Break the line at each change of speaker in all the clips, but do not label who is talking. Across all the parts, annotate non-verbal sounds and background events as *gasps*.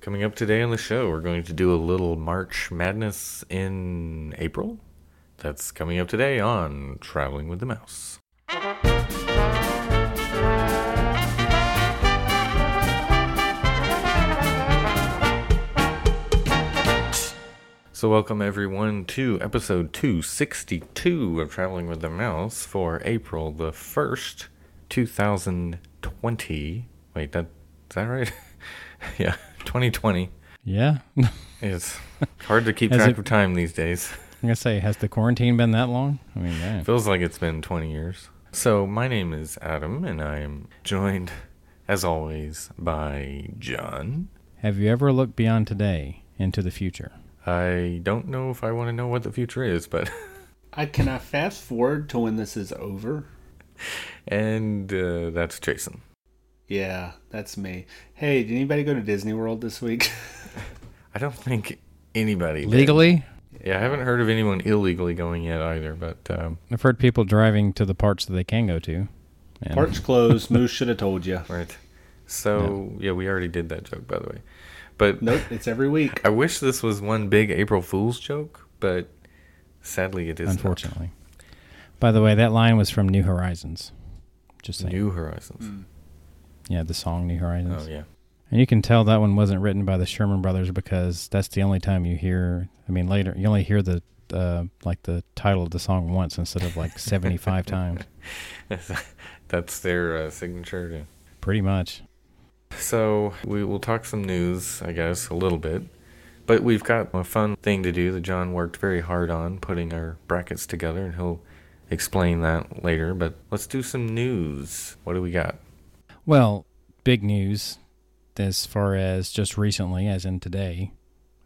Coming up today on the show, we're going to do a little March Madness in April. That's coming up today on Traveling with the Mouse. So, welcome everyone to episode 262 of Traveling with the Mouse for April the 1st, 2020. Wait, that is that right? *laughs* yeah, 2020.
Yeah. *laughs* I'm
It's hard to keep
As
track
it-
of time these days.
going to say, has the quarantine been that long? I mean, yeah.
Feels like it's been 20 years. So, my name is Adam, and I'm joined, as always, by John.
Have you ever looked beyond today into the future?
I don't know if I want to know what the future is, but. *laughs*
I can I fast forward to when this is over?
And uh, that's Jason.
Yeah, that's me. Hey, did anybody go to Disney World this week? *laughs*
I don't think anybody. did.
Legally?
Yeah, I haven't heard of anyone illegally going yet either, but. Um,
I've heard people driving to the parts that they can go to. And
Parts closed. Moose should have told you.
right. So, yeah, we already did that joke, by the way. But
Nope, it's
*laughs*
every week.
I wish this was one big April Fool's joke, but sadly it is not.
Unfortunately. By the way, that line was from New Horizons. Just saying.
New Horizons.
yeah, the song New Horizons.
Oh yeah.
And you can tell that one wasn't written by the Sherman brothers because that's the only time you hear, I mean, later, you only hear the. Uh, like the title of the song once instead of like 75 *laughs* times
*laughs* That's their uh, signature. To...
pretty much
So we will talk some news, I guess, a little bit. But we've got a fun thing to do that John worked very hard on putting our brackets together, and he'll explain that later. But let's do some news. What do we got?
Well, big news as far as just recently, as in today,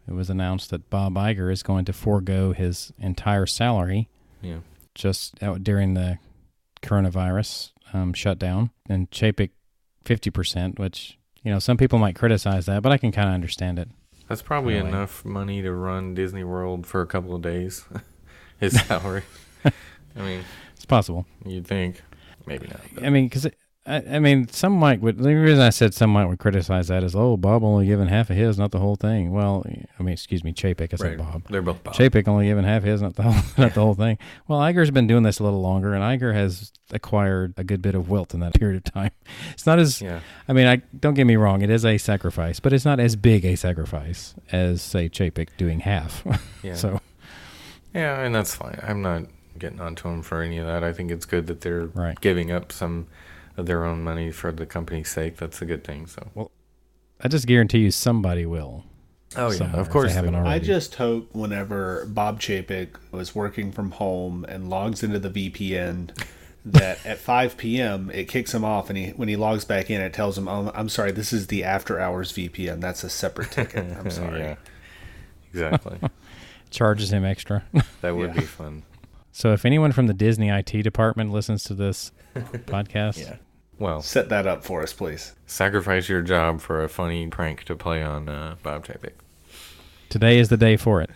it was announced that Bob Iger is going to forego his entire salary
Yeah.
just out during the coronavirus um, shutdown and Chapek 50%, which, you know, some people might criticize that, but I can kind of understand it.
That's probably
Anyway.
enough money to run Disney World for a couple of days. *laughs* His salary. I mean,
It's possible.
you'd think. Maybe not. but-
I mean, because I, I mean, some might would. The reason I said some might would criticize that is, oh, Bob only giving half of his, not the whole thing. Well, I mean, excuse me, Chapek. I
Right.
said Bob.
They're both Bob.
Chapek only even half his, not the whole, *laughs* not the whole thing. Well, Iger's been doing this a little longer, and Iger has acquired a good bit of wealth in that *laughs* period of time. It's not as,
Yeah.
I mean, I don't get me wrong, it is a sacrifice, but it's not as big a sacrifice as say Chapek doing half. *laughs*
Yeah.
so
Yeah, and that's fine. I'm not getting onto them for any of that. I think it's good that they're
Right.
giving up some of their own money for the company's sake. That's a good thing. So,
I just guarantee you somebody will.
oh yeah,
somewhere
of
if
course.
they
they
haven't
will.
already.
I just hope whenever Bob Chapek was working from home and logs into the VPN, that at 5 p.m. it kicks him off, and he when he logs back in, it tells him, "Oh, I'm sorry, this is the after hours VPN. That's a separate ticket. I'm sorry."
yeah, exactly. *laughs*
Charges him extra. *laughs*
that would
Yeah.
be fun.
so if anyone from the Disney IT department listens
*laughs*
to this podcast,
Yeah. Well,
Set that up for us, please.
sacrifice your job for a funny prank to play on uh, Bob Chapek. *laughs*
today is the day for it.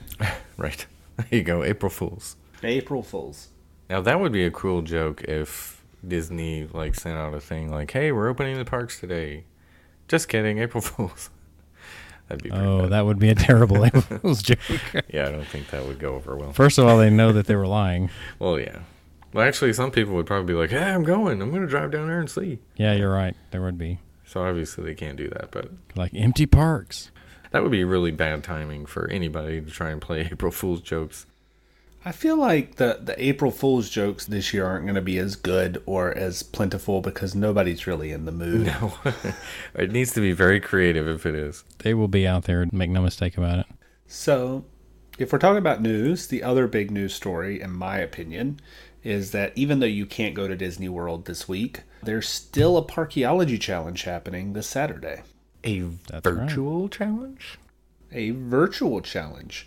Right. There you go. April Fools.
April Fools.
Now that would be a cruel joke if Disney like sent out a thing like, "Hey, we're opening the parks today." Just kidding. April *laughs* Fools. That'd be pretty
Oh,
bad.
that would be
*laughs*
a terrible *laughs* April's joke.
Yeah, I don't think that would go over well.
First of all, they know that they were lying.
Well, yeah. Well, actually, some people would probably be like, "Hey, I'm going. I'm going to drive down there and see."
Yeah, you're right. There would be
So obviously they can't do that, but
like empty parks.
that would be really bad timing for anybody to try and play *laughs* April Fool's jokes.
I feel like the, the April Fool's jokes this year aren't going to be as good or as plentiful because nobody's really in the mood.
No, it needs to be very creative if it is.
They will be out there. Make no mistake about it.
So, if we're talking about news, the other big news story, in my opinion, is that even though you can't go to Disney World this week, there's still a Parkeology Challenge happening this Saturday.
A
right.
virtual challenge.
a virtual challenge.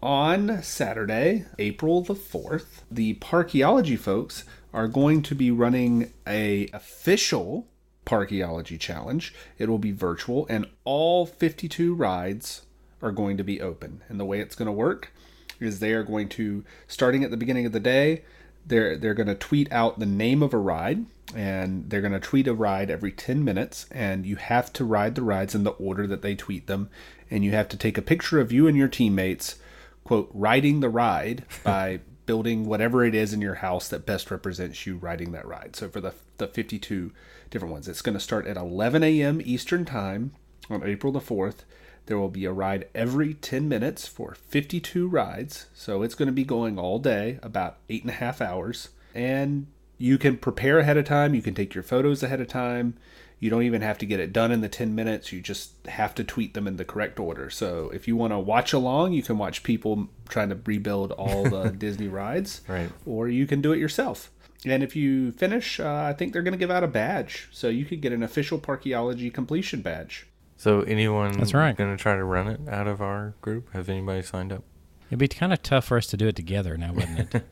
On Saturday, April the 4th, the Parkeology folks are going to be running a official Parkeology challenge. It will be virtual and all 52 rides are going to be open. And the way it's going to work is they are going to starting at the beginning of the day, They're they're going to tweet out the name of a ride, and they're going to tweet a ride every 10 minutes, and you have to ride the rides in the order that they tweet them, and you have to take a picture of you and your teammates, quote, riding the ride by *laughs* building whatever it is in your house that best represents you riding that ride. So for the the 52 different ones, it's going to start at 11 a.m. Eastern time on April the 4th. There will be a ride every 10 minutes for 52 rides. So it's going to be going all day, about eight and a half hours. And you can prepare ahead of time. You can take your photos ahead of time. You don't even have to get it done in the 10 minutes. You just have to tweet them in the correct order. So if you want to watch along, you can watch people trying to rebuild all the Disney rides.
Right.
Or you can do it yourself. And if you finish, uh, I think they're going to give out a badge. So you could get an official Parkeology completion badge.
So anyone
That's right.
going to try to run it out of our group? Has anybody signed up?
It'd be kind of tough for us to do it together now, wouldn't
*laughs*
it?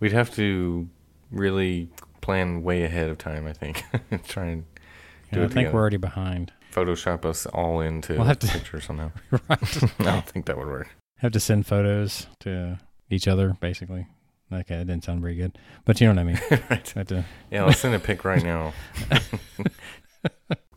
We'd have to really plan way ahead of time, I think. *laughs* Try and do
I
it
think
together.
we're already behind.
Photoshop us all into
We'll have
the
to-
picture somehow.
*laughs* right.
*laughs* I don't think that would work.
Have to send photos to each other, basically. Okay, that didn't sound very good, but you know what I mean.
*laughs* right.
Have to-
Yeah, let's send a pic right
*laughs*
now.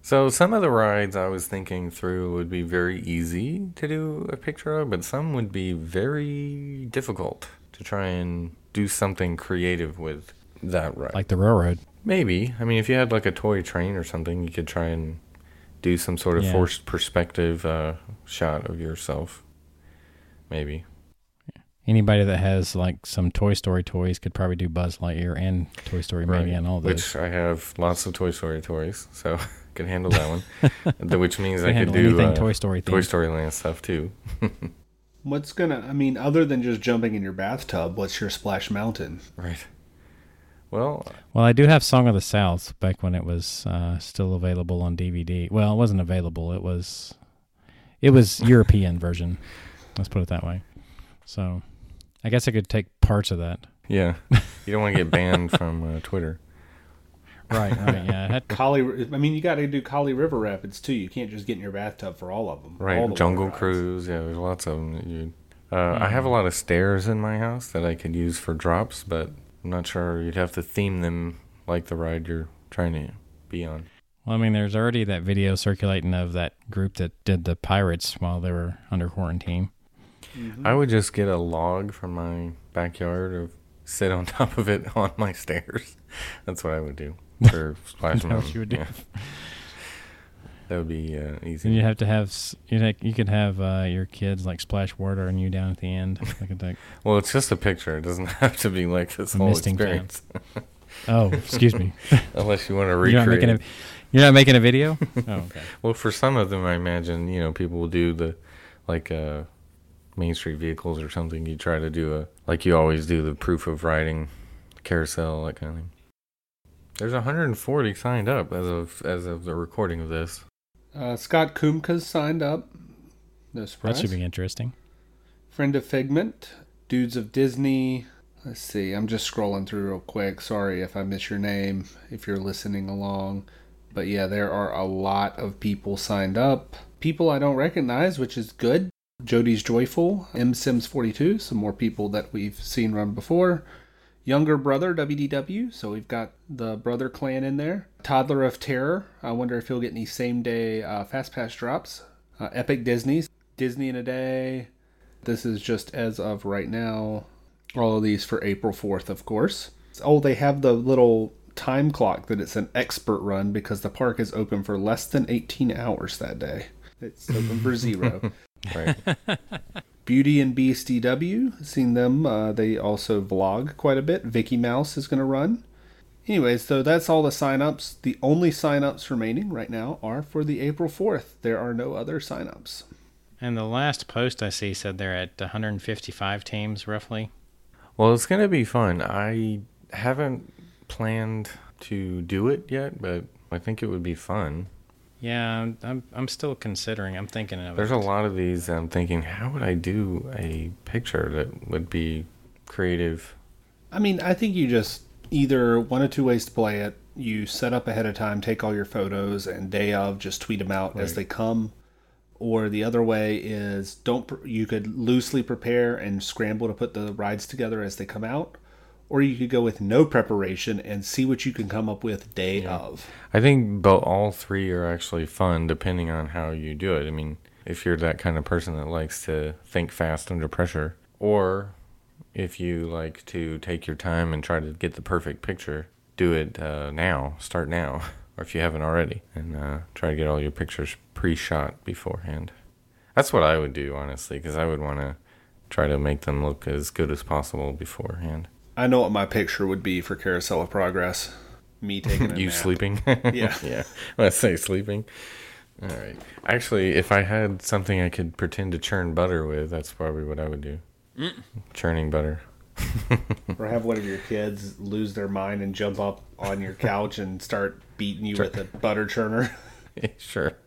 so some of the rides I was thinking through would be very easy to do a picture of, but some would be very difficult to try and do something creative with that ride.
like the railroad.
Maybe. I mean, if you had like a toy train or something, you could try and do some sort of
Yeah.
forced perspective uh, shot of yourself. Maybe.
Anybody that has like some Toy Story toys could probably do Buzz Lightyear and Toy Story Mania and all those.
Which I have lots of Toy Story toys, so *laughs* I can handle that
*laughs*
one. Th- Which means
They
I could
handle
do
anything
uh,
Toy Story
Toy
themed.
Story Land stuff
*laughs*
too.
What's gonna? I mean, other than just jumping in your bathtub, what's your splash mountain?
Right. Well,
Well, I do have Song of the South back when it was uh, still available on DVD. Well, it wasn't available. It was, it *laughs* was European version. Let's put it that way. So, I guess I could take parts of that. *laughs*
yeah. You don't want to get banned from uh, Twitter.
*laughs* Right. Right. Yeah. I had-
Collie, I mean, you got to do Collie River Rapids too. You can't just get in your bathtub for all of them.
Right,
all the
Jungle
water rides.
Cruise. Yeah, there's lots of them. That you, uh,
Mm-hmm.
I have a lot of stairs in my house that I could use for drops, but I'm not sure you'd have to theme them like the ride you're trying to be on.
well, I mean, there's already that video circulating of that group that did the pirates while they were under quarantine.
I would just get a log from my backyard or sit on *laughs* top of it on my stairs. *laughs* That's what I would
*laughs*
do for Splash
That's what
Mountain.
you would do.
yeah. That would be uh, easy.
And you have to have s- you know, you could have uh, your kids like splash water on you down at the end. Look at that.
Well, it's just a picture. It doesn't *laughs* have to be like this
A
whole
misting fan.
experience,
Oh, excuse me.
unless you want to
You're
recreate.
not making a
it.
you're not making a video. Oh, okay.
Well, for some of them, I imagine you know people will do the like uh, Main Street vehicles or something. You try to do a like you always do the proof of riding carousel that kind of thing. There's 140 signed up as of as of the recording of this.
Uh, Scott Kumka's signed up. No
That
surprise.
should be interesting.
Friend of Figment, Dudes of Disney. Let's see. I'm just scrolling through real quick. Sorry if I miss your name if you're listening along. But yeah, there are a lot of people signed up. People I don't recognize, which is good. Jody's Joyful, M Sims 42, some more people that we've seen run before. Younger brother, WDW, so we've got the brother clan in there. Toddler of Terror, I wonder if he'll get any same day uh, Fast Pass drops. Uh, Epic Disney's, Disney in a Day. This is just as of right now. All of these for April 4th, of course. Oh, they have the little time clock that it's an expert run because the park is open for less than 18 hours that day. It's open for zero.
Right.
*laughs* Beauty and Beast DW, seen them. Uh, they also vlog quite a bit. Vicky Mouse is going to run. Anyway, so that's all the signups. The only signups remaining right now are for the April 4th. There are no other signups.
And the last post I see said they're at 155 teams roughly.
well, it's gonna be fun. I haven't planned to do it yet, but I think it would be fun.
Yeah, I'm I'm, I'm still considering. I'm thinking of
There's
it.
a lot of these. that I'm thinking, how would I do a picture that would be creative?
I mean, I think you just either one of two ways to play it. You set up ahead of time, take all your photos, and day of just tweet them out as they come. Or the other way is don't. pr- You could loosely prepare and scramble to put the rides together as they come out, or you could go with no preparation and see what you can come up with day of.
I think but all three are actually fun depending on how you do it. I mean, if you're that kind of person that likes to think fast under pressure, or if you like to take your time and try to get the perfect picture, do it uh, now. Start now, *laughs* or if you haven't already, and uh, try to get all your pictures pre-shot beforehand. That's what I would do honestly, because I would want to try to make them look as good as possible beforehand.
I know what my picture would be for Carousel of Progress.
*laughs*
Me taking a
you
nap.
sleeping? *laughs*
Yeah.
yeah. Let's say sleeping. All right. Actually, if I had something I could pretend to churn butter with, that's probably what I would do. Churning butter.
Or have one of your kids lose their mind and jump up
*laughs*
on your couch and start beating you with a butter churner.
sure. *laughs*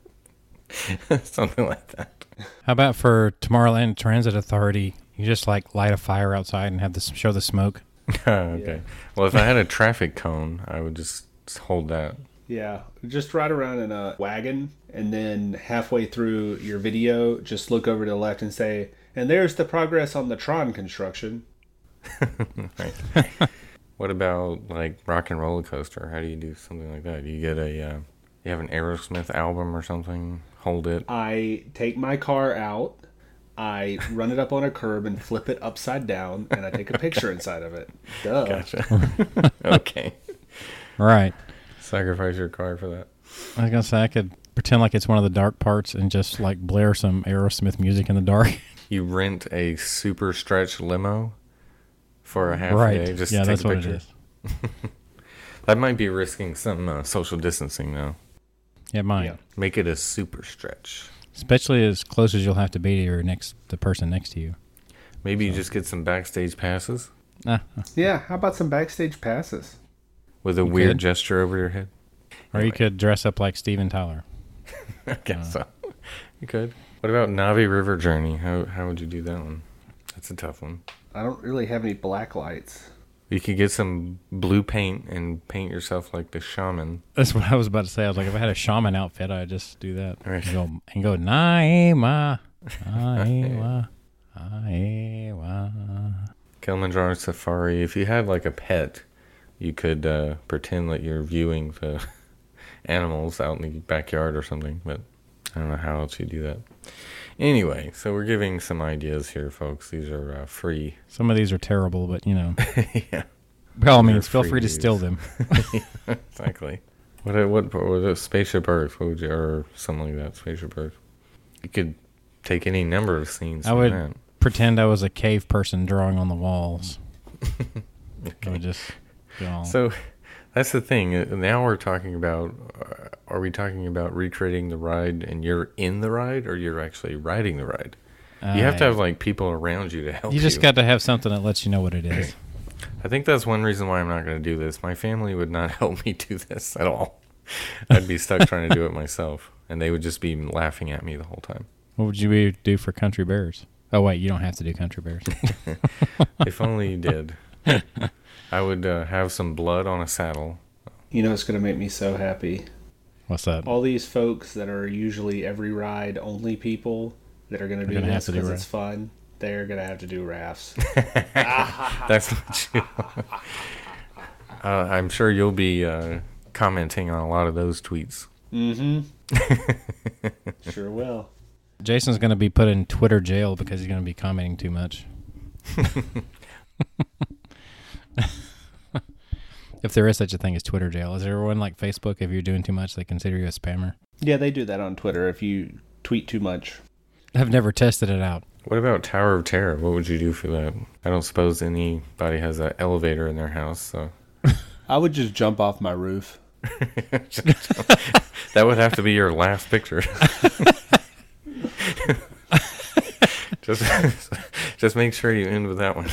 something like that.
How about for Tomorrowland Transit Authority? You just like light a fire outside and have the show the smoke.
*laughs* okay. Well, if I had a traffic cone, I would just hold that.
Yeah, just ride around in a wagon, and then halfway through your video, just look over to the left and say, "And there's the progress on the Tron construction."
Right. what about like rock and roller coaster? How do you do something like that? Do you get a uh, you have an Aerosmith album or something? Hold it.
I take my car out, I run it up on a curb and flip it upside down, and I take a picture inside of it. Duh.
Gotcha. *laughs* okay.
Right.
Sacrifice your car for that.
I was gonna say I could pretend like it's one of the dark parts and just like blare some Aerosmith music in
*laughs*
the dark.
You rent a super stretch limo for a half
right.
day. Just
yeah,
take
that's
a
what
picture.
it is.
That might be risking some uh, social distancing though.
Yeah, mine.
Yeah.
Make it a super stretch.
Especially as close as you'll have to be to your next the person next to you.
Maybe you just get some backstage passes
Ah,
Yeah. How about some backstage passes?
with a weird
could.
gesture over your head. *laughs*
or you could dress up like Steven Tyler.
I guess
Uh.
so. *laughs* You could. What about Navi River Journey? How how would you do that one? That's a tough one.
I don't really have any black lights.
You could get some blue paint and paint yourself like the shaman.
That's what I was about to say. I was like, if I had a shaman outfit, I'd just do that
Right.
and go and go Naima, Naima, Naima.
Kilimanjaro Safari. If you had like a pet, you could uh, pretend that you're viewing the *laughs* animals out in the backyard or something. But I don't know how else you do that. Anyway, so we're giving some ideas here, folks. These are uh, free. *laughs*
Some of these are terrible, but you know,
yeah,
by all
They're
means, feel
free
free to
to
steal
use.
them.
exactly. What uh, what or the spaceship Earth? What would you or something like that? Spaceship Earth. You could take any number of scenes.
I
from
would
that.
pretend I was a cave person drawing on
*laughs*
the walls. I would just go all-
So that's the thing. uh, Now we're talking about uh, are we talking about recreating the ride and you're in the ride or you're actually riding the ride? you have to
I-
have like people around you to help you.
Uh, You just got to have something that lets you know what
*clears throat*
it is.
I think that's one reason why I'm not going to do this. My family would not *laughs* help me do this at all. I'd be stuck trying to
*laughs*
do it myself and they would just be laughing at me the whole time.
What would you be- do for country bears? Oh wait, you don't have to do
*laughs*
country bears.
If only you
*laughs*
did. I would uh, have some blood on a saddle.
You know, it's going to make me so happy.
What's that?
all these folks that are usually every ride only people that are going to do
gonna have
this
to do
because
ra-
it's fun. They're going to have to do rafts.
That's what you. *laughs* uh, I'm sure you'll be uh, commenting on a lot of those tweets.
Mm-hmm. *laughs* sure will.
Jason's going to be put in Twitter jail because he's going to be commenting too much. *laughs* if there is such a thing as Twitter jail, is there one like Facebook? If you're doing too much, they consider you a spammer.
Yeah, they do that on Twitter if you tweet too much.
I've never tested it out.
What about Tower of Terror? What would you do for that? I don't suppose anybody has an elevator in their house, so *laughs*
I would just jump off my roof.
that would have to be your last picture. *laughs* just, just make sure you end with that one.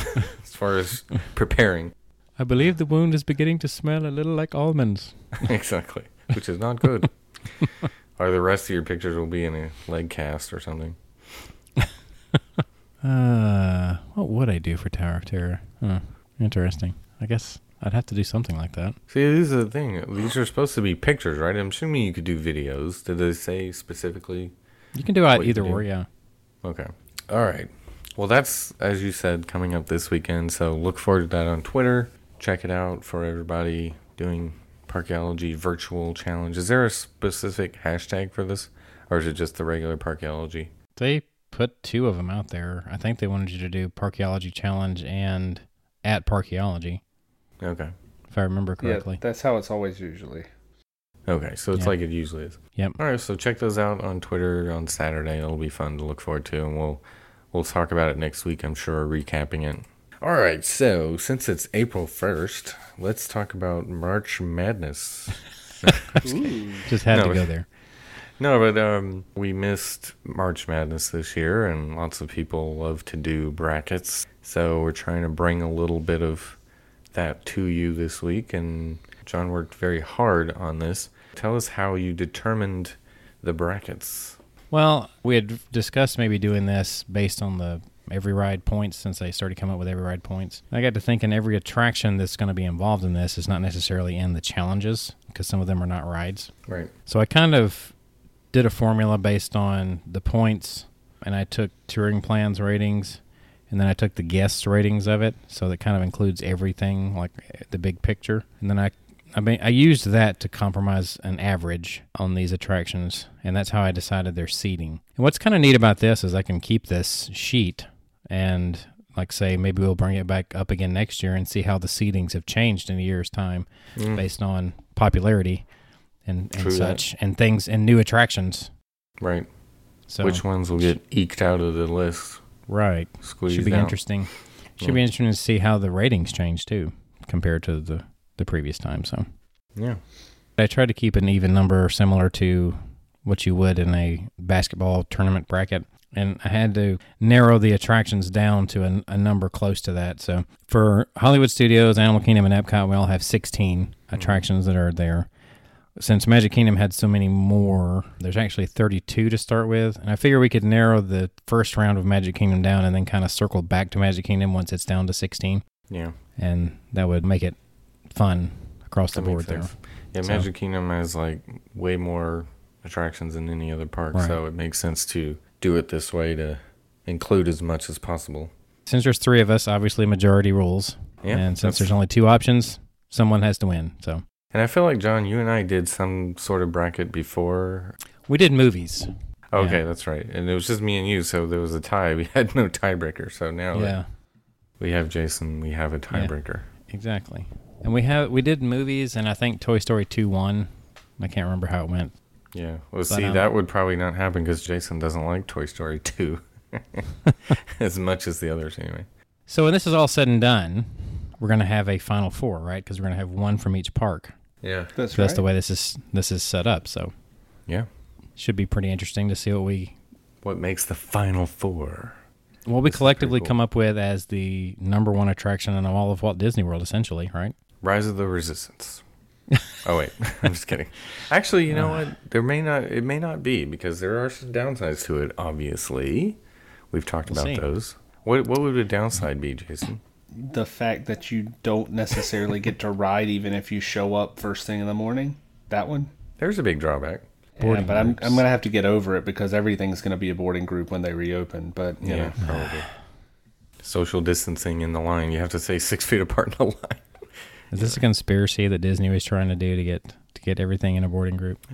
as far as preparing,
I believe the wound is beginning to smell a little like almonds.
exactly, which is not *laughs* good. or the rest of your pictures will be in a leg cast or something.
Uh, what would I do for Tower of Terror? Huh, interesting. I guess I'd have to do something like that.
See, this is the thing. These are supposed to be pictures, right? I'm assuming you could do videos. Did they say specifically?
You can do it
What you
either
do.
or, yeah.
Okay. All right. Well, that's, as you said, coming up this weekend. So look forward to that on Twitter. check it out for everybody doing Parkology virtual challenge. Is there a specific hashtag for this, or is it just the regular Parkology?
They put two of them out there. I think they wanted you to do Parkeology Challenge and at Parkeology,
Okay.
if I remember correctly.
Yeah, that's how it's always usually.
Okay, so it's
Yeah.
like it usually is.
Yep. *laughs*
All right, so check those out on Twitter on Saturday. It'll be fun to look forward to, and we'll we'll talk about it next week. I'm sure, recapping it. All right, so since it's April first, let's talk about March
*laughs*
Madness.
Ooh.
Just had
No.
to go there.
No, but um, we missed March Madness this year, and lots of people love to do brackets. So we're trying to bring a little bit of that to you this week. And John worked very hard on this. Tell us how you determined the brackets.
Well, we had discussed maybe doing this based on the every ride points since they started coming up with every ride points. I got to thinking every attraction that's going to be involved in this is not necessarily in the challenges because some of them are not rides.
Right.
So I kind of did a formula based on the points, and I took touring plans ratings, and then I took the guests ratings of it. So that kind of includes everything, like eh, the big picture. And then I, I mean, I used that to compromise an average on these attractions, and that's how I decided their seating. And what's kind of neat about this is I can keep this sheet and like say maybe we'll bring it back up again next year and see how the seedings have changed in a year's time
Mm-hmm.
based on popularity and,
Hmm. True
and
that.
such and things and new attractions.
Right.
So
Which ones will get eked out of the list?
right
Squeezed
should be
out.
interesting. Should be interesting to see how the ratings change too compared to the the previous time. So
Yeah.
I tried to keep an even number similar to what you would in a basketball tournament bracket. And I had to narrow the attractions down to a, a number close to that. So for Hollywood Studios, Animal Kingdom, and Epcot, we all have 16
Mm-hmm.
attractions that are there. Since Magic Kingdom had so many more, there's actually 32 to start with. And I figure we could narrow the first round of Magic Kingdom down and then kind of circle back to Magic Kingdom once it's down to 16.
Yeah.
And that would make it fun across the
That makes
board there.
sense. Yeah,
So-
Magic Kingdom has like way more attractions than any other park,
Right.
so it makes sense to do it this way to include as much as possible.
since there's three of us, obviously majority rules.
Yeah,
and since
that's-
there's only two options, someone has to win. So
And I feel like John, you and I did some sort of bracket before.
we did movies.
Okay, that's right. And it was just me and you, so there was a tie. *laughs* We had no tiebreaker. So now that
yeah,
we have Jason, we have a tiebreaker.
exactly. And we have we did movies, and I think Toy Story two won. I can't remember how it went.
Yeah. Well, see,
um,
that would probably not happen because Jason doesn't like Toy Story *laughs* 2 as much as the others, anyway.
So when this is all said and done, we're gonna have a final four, right? Because we're gonna have one from each park.
Yeah.
That's,
That's
right.
the way this is this is set up. So
Yeah.
should be pretty interesting to see what we
What makes the final four?
what we
pretty
collectively
cool.
come up with as the number one attraction in all of Walt Disney World, essentially, right?
Rise of the Resistance. oh wait, *laughs* I'm just kidding. Actually, you know what? There may not it may not be because there are some downsides to it. Obviously, we've talked
We'll
about
see.
those. What what would a downside be, Jason?
the fact that you don't necessarily get to ride even if you show up first thing in the morning. That one.
There's a big drawback.
Yeah, but I'm, I'm gonna have to get over it because everything's gonna be a boarding group when they reopen. But
Yeah,
you know.
probably. Social distancing in the line. You have to stay six *laughs* feet apart in the line.
Is this a conspiracy that Disney was trying to do to get to get everything in a boarding group?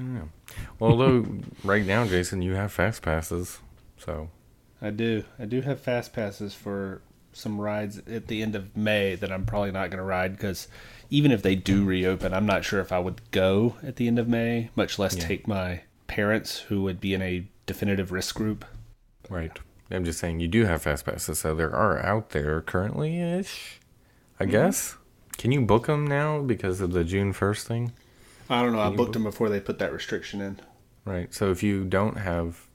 Well, although right now, Jason, you have fast passes, so
I do. I do have fast passes for some rides at the end of May that I'm probably not going to ride because even if they do reopen, I'm not sure if I would go at the end of May, much less take my parents who would be in a definitive risk group.
Right. I'm just saying you do have fast passes, so there are out there currently ish. I guess. Can you book them now because of the June 1st thing?
I don't know. I booked them before they put that restriction in.
Right. So if you don't have,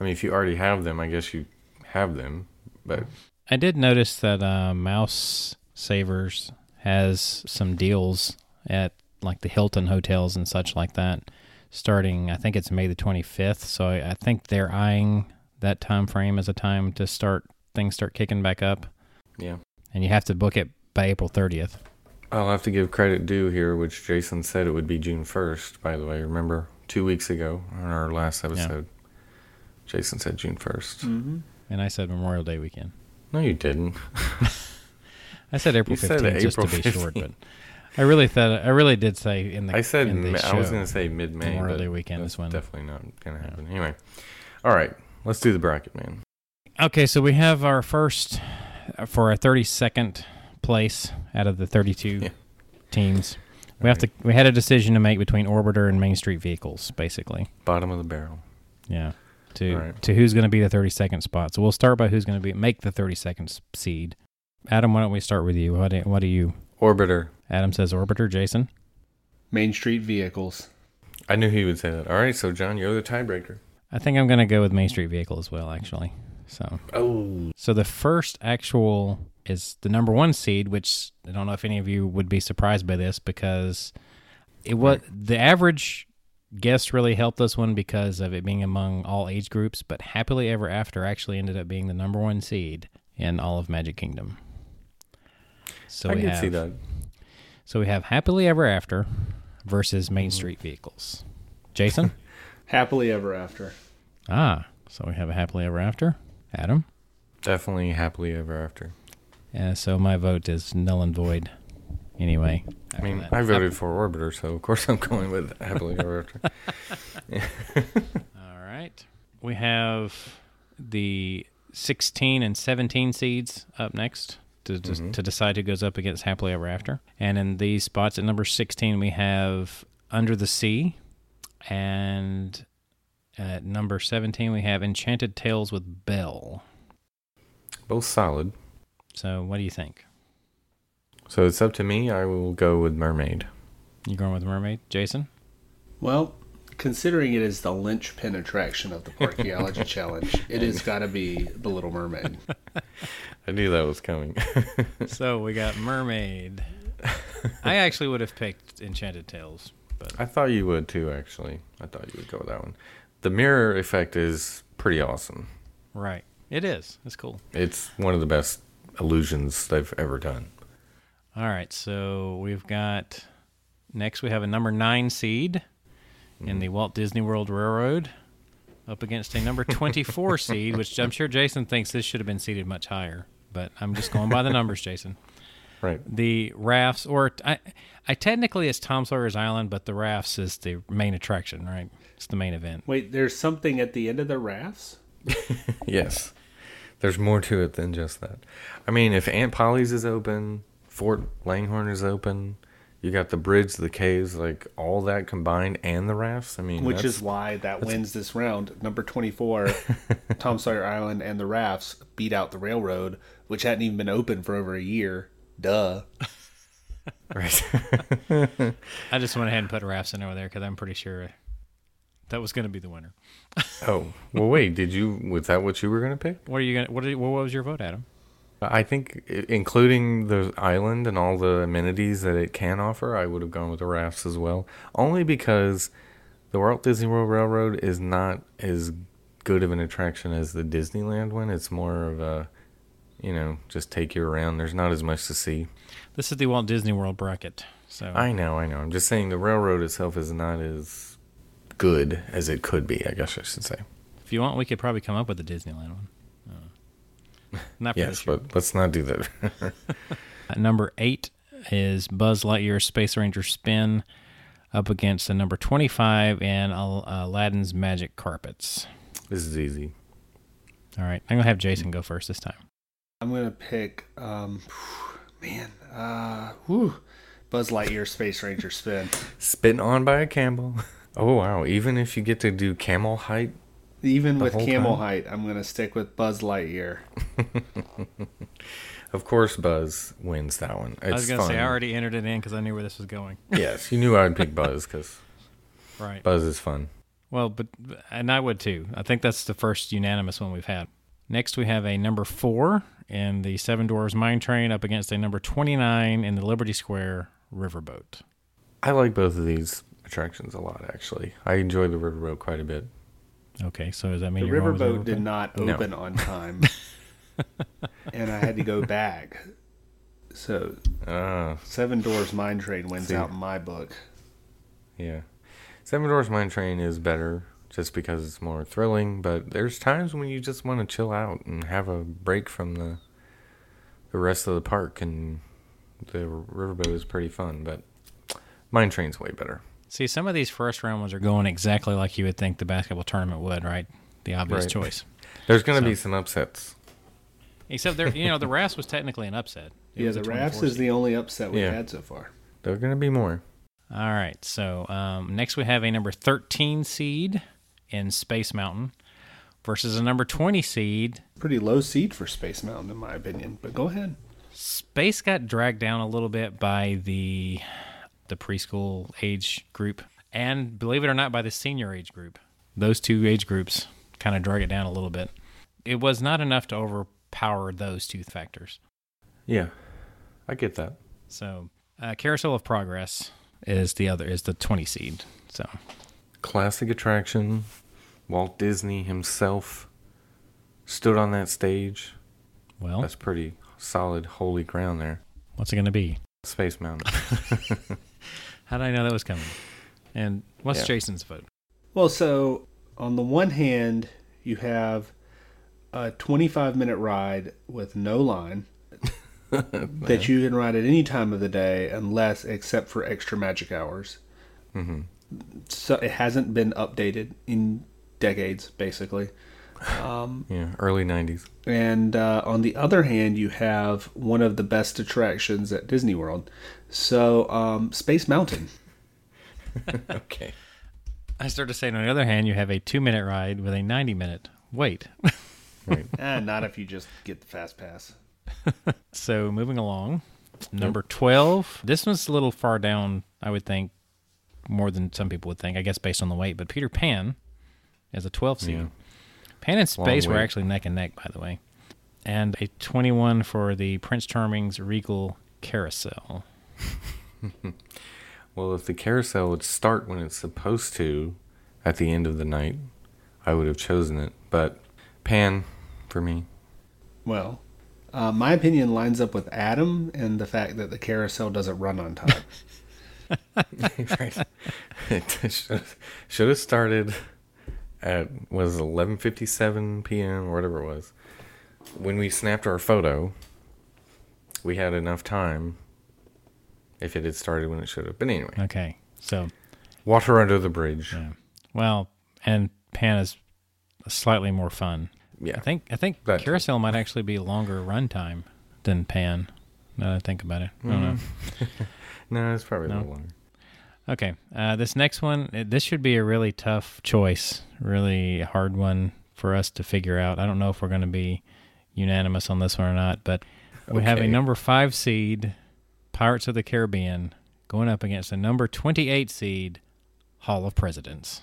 I mean, if you already have them, I guess you have them. But
I did notice that uh, Mouse Savers has some deals at like the Hilton hotels and such like that, starting I think it's May the 25th. So I, I think they're eyeing that time frame as a time to start things start kicking back up,
yeah.
and you have to book it by April 30th.
I'll have to give credit due here, which Jason said it would be June 1st, by the way. Remember, two weeks ago on our last episode, Jason said June 1st. *laughs*
And I said Memorial Day weekend.
No, you didn't.
I I said April
You said
fifteenth just
April
to be short,
15th.
but I really thought I really did say in the
I said
in the
mi- I was
show.
going to say mid May.
Memorial
but
Day weekend is
that's
when-
Definitely not going to happen. Anyway, all right, let's do the bracket, man.
Okay, so we have our first uh, for our thirty second place out of the thirty two
Yeah.
teams. We have to we had a decision to make between Orbiter and Main Street vehicles, basically.
Bottom of the barrel.
Yeah. To
All right.
to who's gonna be the thirty second spot. So we'll start by who's gonna be make the thirty second seed. Adam, why don't we start with you? What do, what do you
Orbiter.
Adam says Orbiter, Jason?
Main Street Vehicles.
I knew he would say that. All right, so John, you're the tiebreaker.
I think I'm gonna go with Main Street Vehicle as well, actually. So
Oh,
so the first actual is the number one seed, which I don't know if any of you would be surprised by this because it was the average guest really helped this one because of it being among all age groups, but Happily Ever After actually ended up being the number one seed in all of Magic Kingdom. So
I
we
can
have
see that.
so we have Happily Ever After versus Main
Mm-hmm.
Street Vehicles.
*laughs*
Jason?
Happily Ever After.
ah, so we have a Happily Ever After. Adam?
Definitely happily ever after.
Yeah, so my vote is null and void. Anyway,
I
after
mean,
that.
I voted for Orbiter, so of course *laughs* I'm going with happily
*laughs*
ever after.
all right. We have the 16 and 17 seeds up next to to, to decide who goes up against Happily Ever After. And in these spots at number 16, we have Under the Sea, and at number 17, we have Enchanted Tales with Belle.
Both solid.
So, what do you think?
So it's up to me. I will go with Mermaid.
You going with Mermaid, Jason?
Well, considering it is the linchpin attraction of the *laughs* Parkeology Challenge, it has got to be The Little Mermaid.
I knew that was coming. *laughs*
so we got Mermaid. I actually would have picked Enchanted Tales, but
I thought you would too, actually. I thought you would go with that one. The mirror effect is pretty awesome.
Right. It is. It's cool.
It's one of the best illusions they've ever done.
All right. So we've got next we have a number nine seed in the Walt Disney World Railroad up against a number 24 seed, which I'm sure Jason thinks this should have been seeded much higher, but I'm just going by the numbers, Jason.
Right.
The rafts, or I, I technically it's Tom Sawyer's Island, but the rafts is the main attraction, right? It's the main event.
Wait, there's something at the end of the rafts?
Yes. There's more to it than just that. I mean, if Aunt Polly's is open, Fort Langhorne is open, you got the bridge, the caves, like all that combined and the rafts. I mean,
Which
that's-
is
*laughs*
why that wins this round. Number 24, Tom Sawyer Island and the rafts beat out the railroad, which hadn't even been open for over a year. Duh.
I just went ahead and put rafts in over there because I'm pretty sure that was going to be the winner.
*laughs* Oh, well, wait, did you, was that what you were going to pick?
What are you going? to What, are you- what was your vote, Adam?
I think, i- including the island and all the amenities that it can offer, I would have gone with the rafts as well. Only because the Walt Disney World Railroad is not as good of an attraction as the Disneyland one. It's more of a, you know, just take you around. There's not as much to see.
This is the Walt Disney World bracket. So
I know, I know. I'm just saying the railroad itself is not as good as it could be, I guess I should say.
if you want, we could probably come up with a Disneyland one. Uh, not for
Yes,
this year.
but let's not do that. *laughs*
At number eight is Buzz Lightyear Space Ranger Spin up against the number 25 and Al- uh, Aladdin's Magic Carpets.
this is easy.
All right. I'm going to have Jason go first this time.
I'm gonna pick, um, *sighs* man, uh, whew, Buzz Lightyear Space Ranger spin.
Spit on by a camel. *laughs* Oh wow! Even if you get to do camel height,
Even with
whole
camel
time?
height, I'm gonna stick with Buzz Lightyear.
of course Buzz wins that one. It's
I was going to
fun.
say, I already entered it in because I knew where this was going.
yes, you knew I would pick Buzz because
Right.
Buzz is fun.
Well, but and I would too. I think that's the first unanimous one we've had. Next, we have a number four in the Seven Dwarfs Mine Train up against a number twenty-nine in the Liberty Square Riverboat.
I like both of these attractions a lot. Actually, I enjoy the riverboat quite a bit.
Okay, so does that
The
mean you're going with
riverboat did not
No.
open
*laughs*
on time, and I had to go back. So
Ah,
Seven Doors Mine Train wins
See.
out in my book.
yeah. Seven Dwarfs Mine Train is better just because it's more thrilling. But there's times when you just want to chill out and have a break from the the rest of the park, and the riverboat is pretty fun, but mine train's way better.
See, some of these first round ones are going exactly like you would think the basketball tournament would, right? The obvious
Right.
choice.
There's going to
So-
be some upsets.
Except there, you know, the Raps was technically an upset. It
yeah,
was a
the Raps
24
is the only upset we've
Yeah.
had so far.
There are going to be more.
All right. So um, next we have a number 13 seed in Space Mountain versus a number 20 seed.
Pretty low seed for Space Mountain, in my opinion. But go ahead.
Space got dragged down a little bit by the the preschool age group, and believe it or not, by the senior age group. Those two age groups kind of drag it down a little bit. It was not enough to overpower those two factors.
Yeah, I get that.
So, uh, Carousel of Progress is the other is the 20 seed. So,
Classic attraction. Walt Disney himself stood on that stage.
well,
That's pretty solid holy ground there.
what's it going to be?
Space Mountain.
How did I know that was coming? And what's
Yeah.
Jason's vote?
Well, so on the one hand, you have a 25 minute ride with no line that you can ride at any time of the day, unless except for extra magic hours.
Mm-hmm.
hmm
So it hasn't been updated in decades,
*laughs*
basically. Um,
Yeah, early 90s.
And uh, on the other hand, you have one of the best attractions at Disney World. So, um, Space Mountain.
okay.
I started saying, on the other hand, you have a two minute ride with a 90 minute wait.
Right.
*laughs* eh, not if you just get the fast pass.
So moving along, number twelve. This one's a little far down, I would think, more than some people would think. I guess based on the weight. But Peter Pan is a twelve seed.
Yeah.
Pan and
Long
Space were
wait.
actually neck and neck, by the way, and a twenty-one for the Prince Charming's Regal Carousel.
Well, if the carousel would start when it's supposed to at the end of the night, I would have chosen it. But Pan, for me,
Well, uh, my opinion lines up with Adam and the fact that the carousel doesn't run on *laughs* time.
*laughs*
right. it should, *laughs* should have started at was 11:57 p.m. or whatever it was. When we snapped our photo, we had enough time. If it had started when it should have, but anyway,
Okay, so
water under the bridge.
yeah. well, and Pan is slightly more fun.
Yeah,
I think I think
That's-
Carousel might actually be a longer runtime than Pan. Now that I think about it, I
Mm.
don't know.
no, it's probably a little longer.
Okay, uh, this next one, uh, this should be a really tough choice, really hard one for us to figure out. I don't know if we're going to be unanimous on this one or not, but we have a
Okay.
number five seed, Pirates of the Caribbean, going up against a number twenty-eight seed, Hall of Presidents.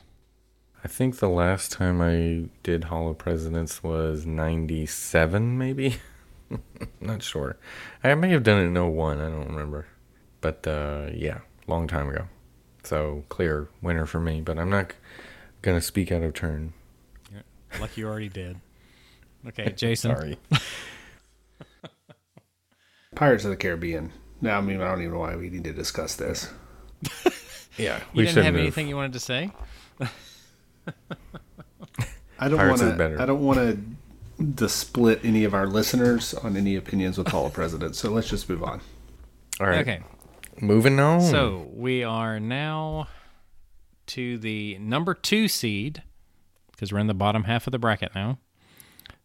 I think the last time I did Hall of Presidents was 97, maybe? *laughs* Not sure. I may have done it in 01, I don't remember. But uh, yeah, long time ago. So clear winner for me, but I'm not going to speak out of turn.
Like you already did. Okay, Jason. *laughs*
Sorry.
Pirates of the Caribbean. Now, I mean, I don't even know why we need to discuss this.
Yeah,
You didn't
shouldn't
have anything you wanted to say?
I don't want
Pirates is
to.
better.
I don't want to to split any of our listeners on any opinions with Hall of Presidents. So let's just move on.
All right.
Okay.
Moving on.
So
Hmm.
we are now to the number two seed because we're in the bottom half of the bracket now.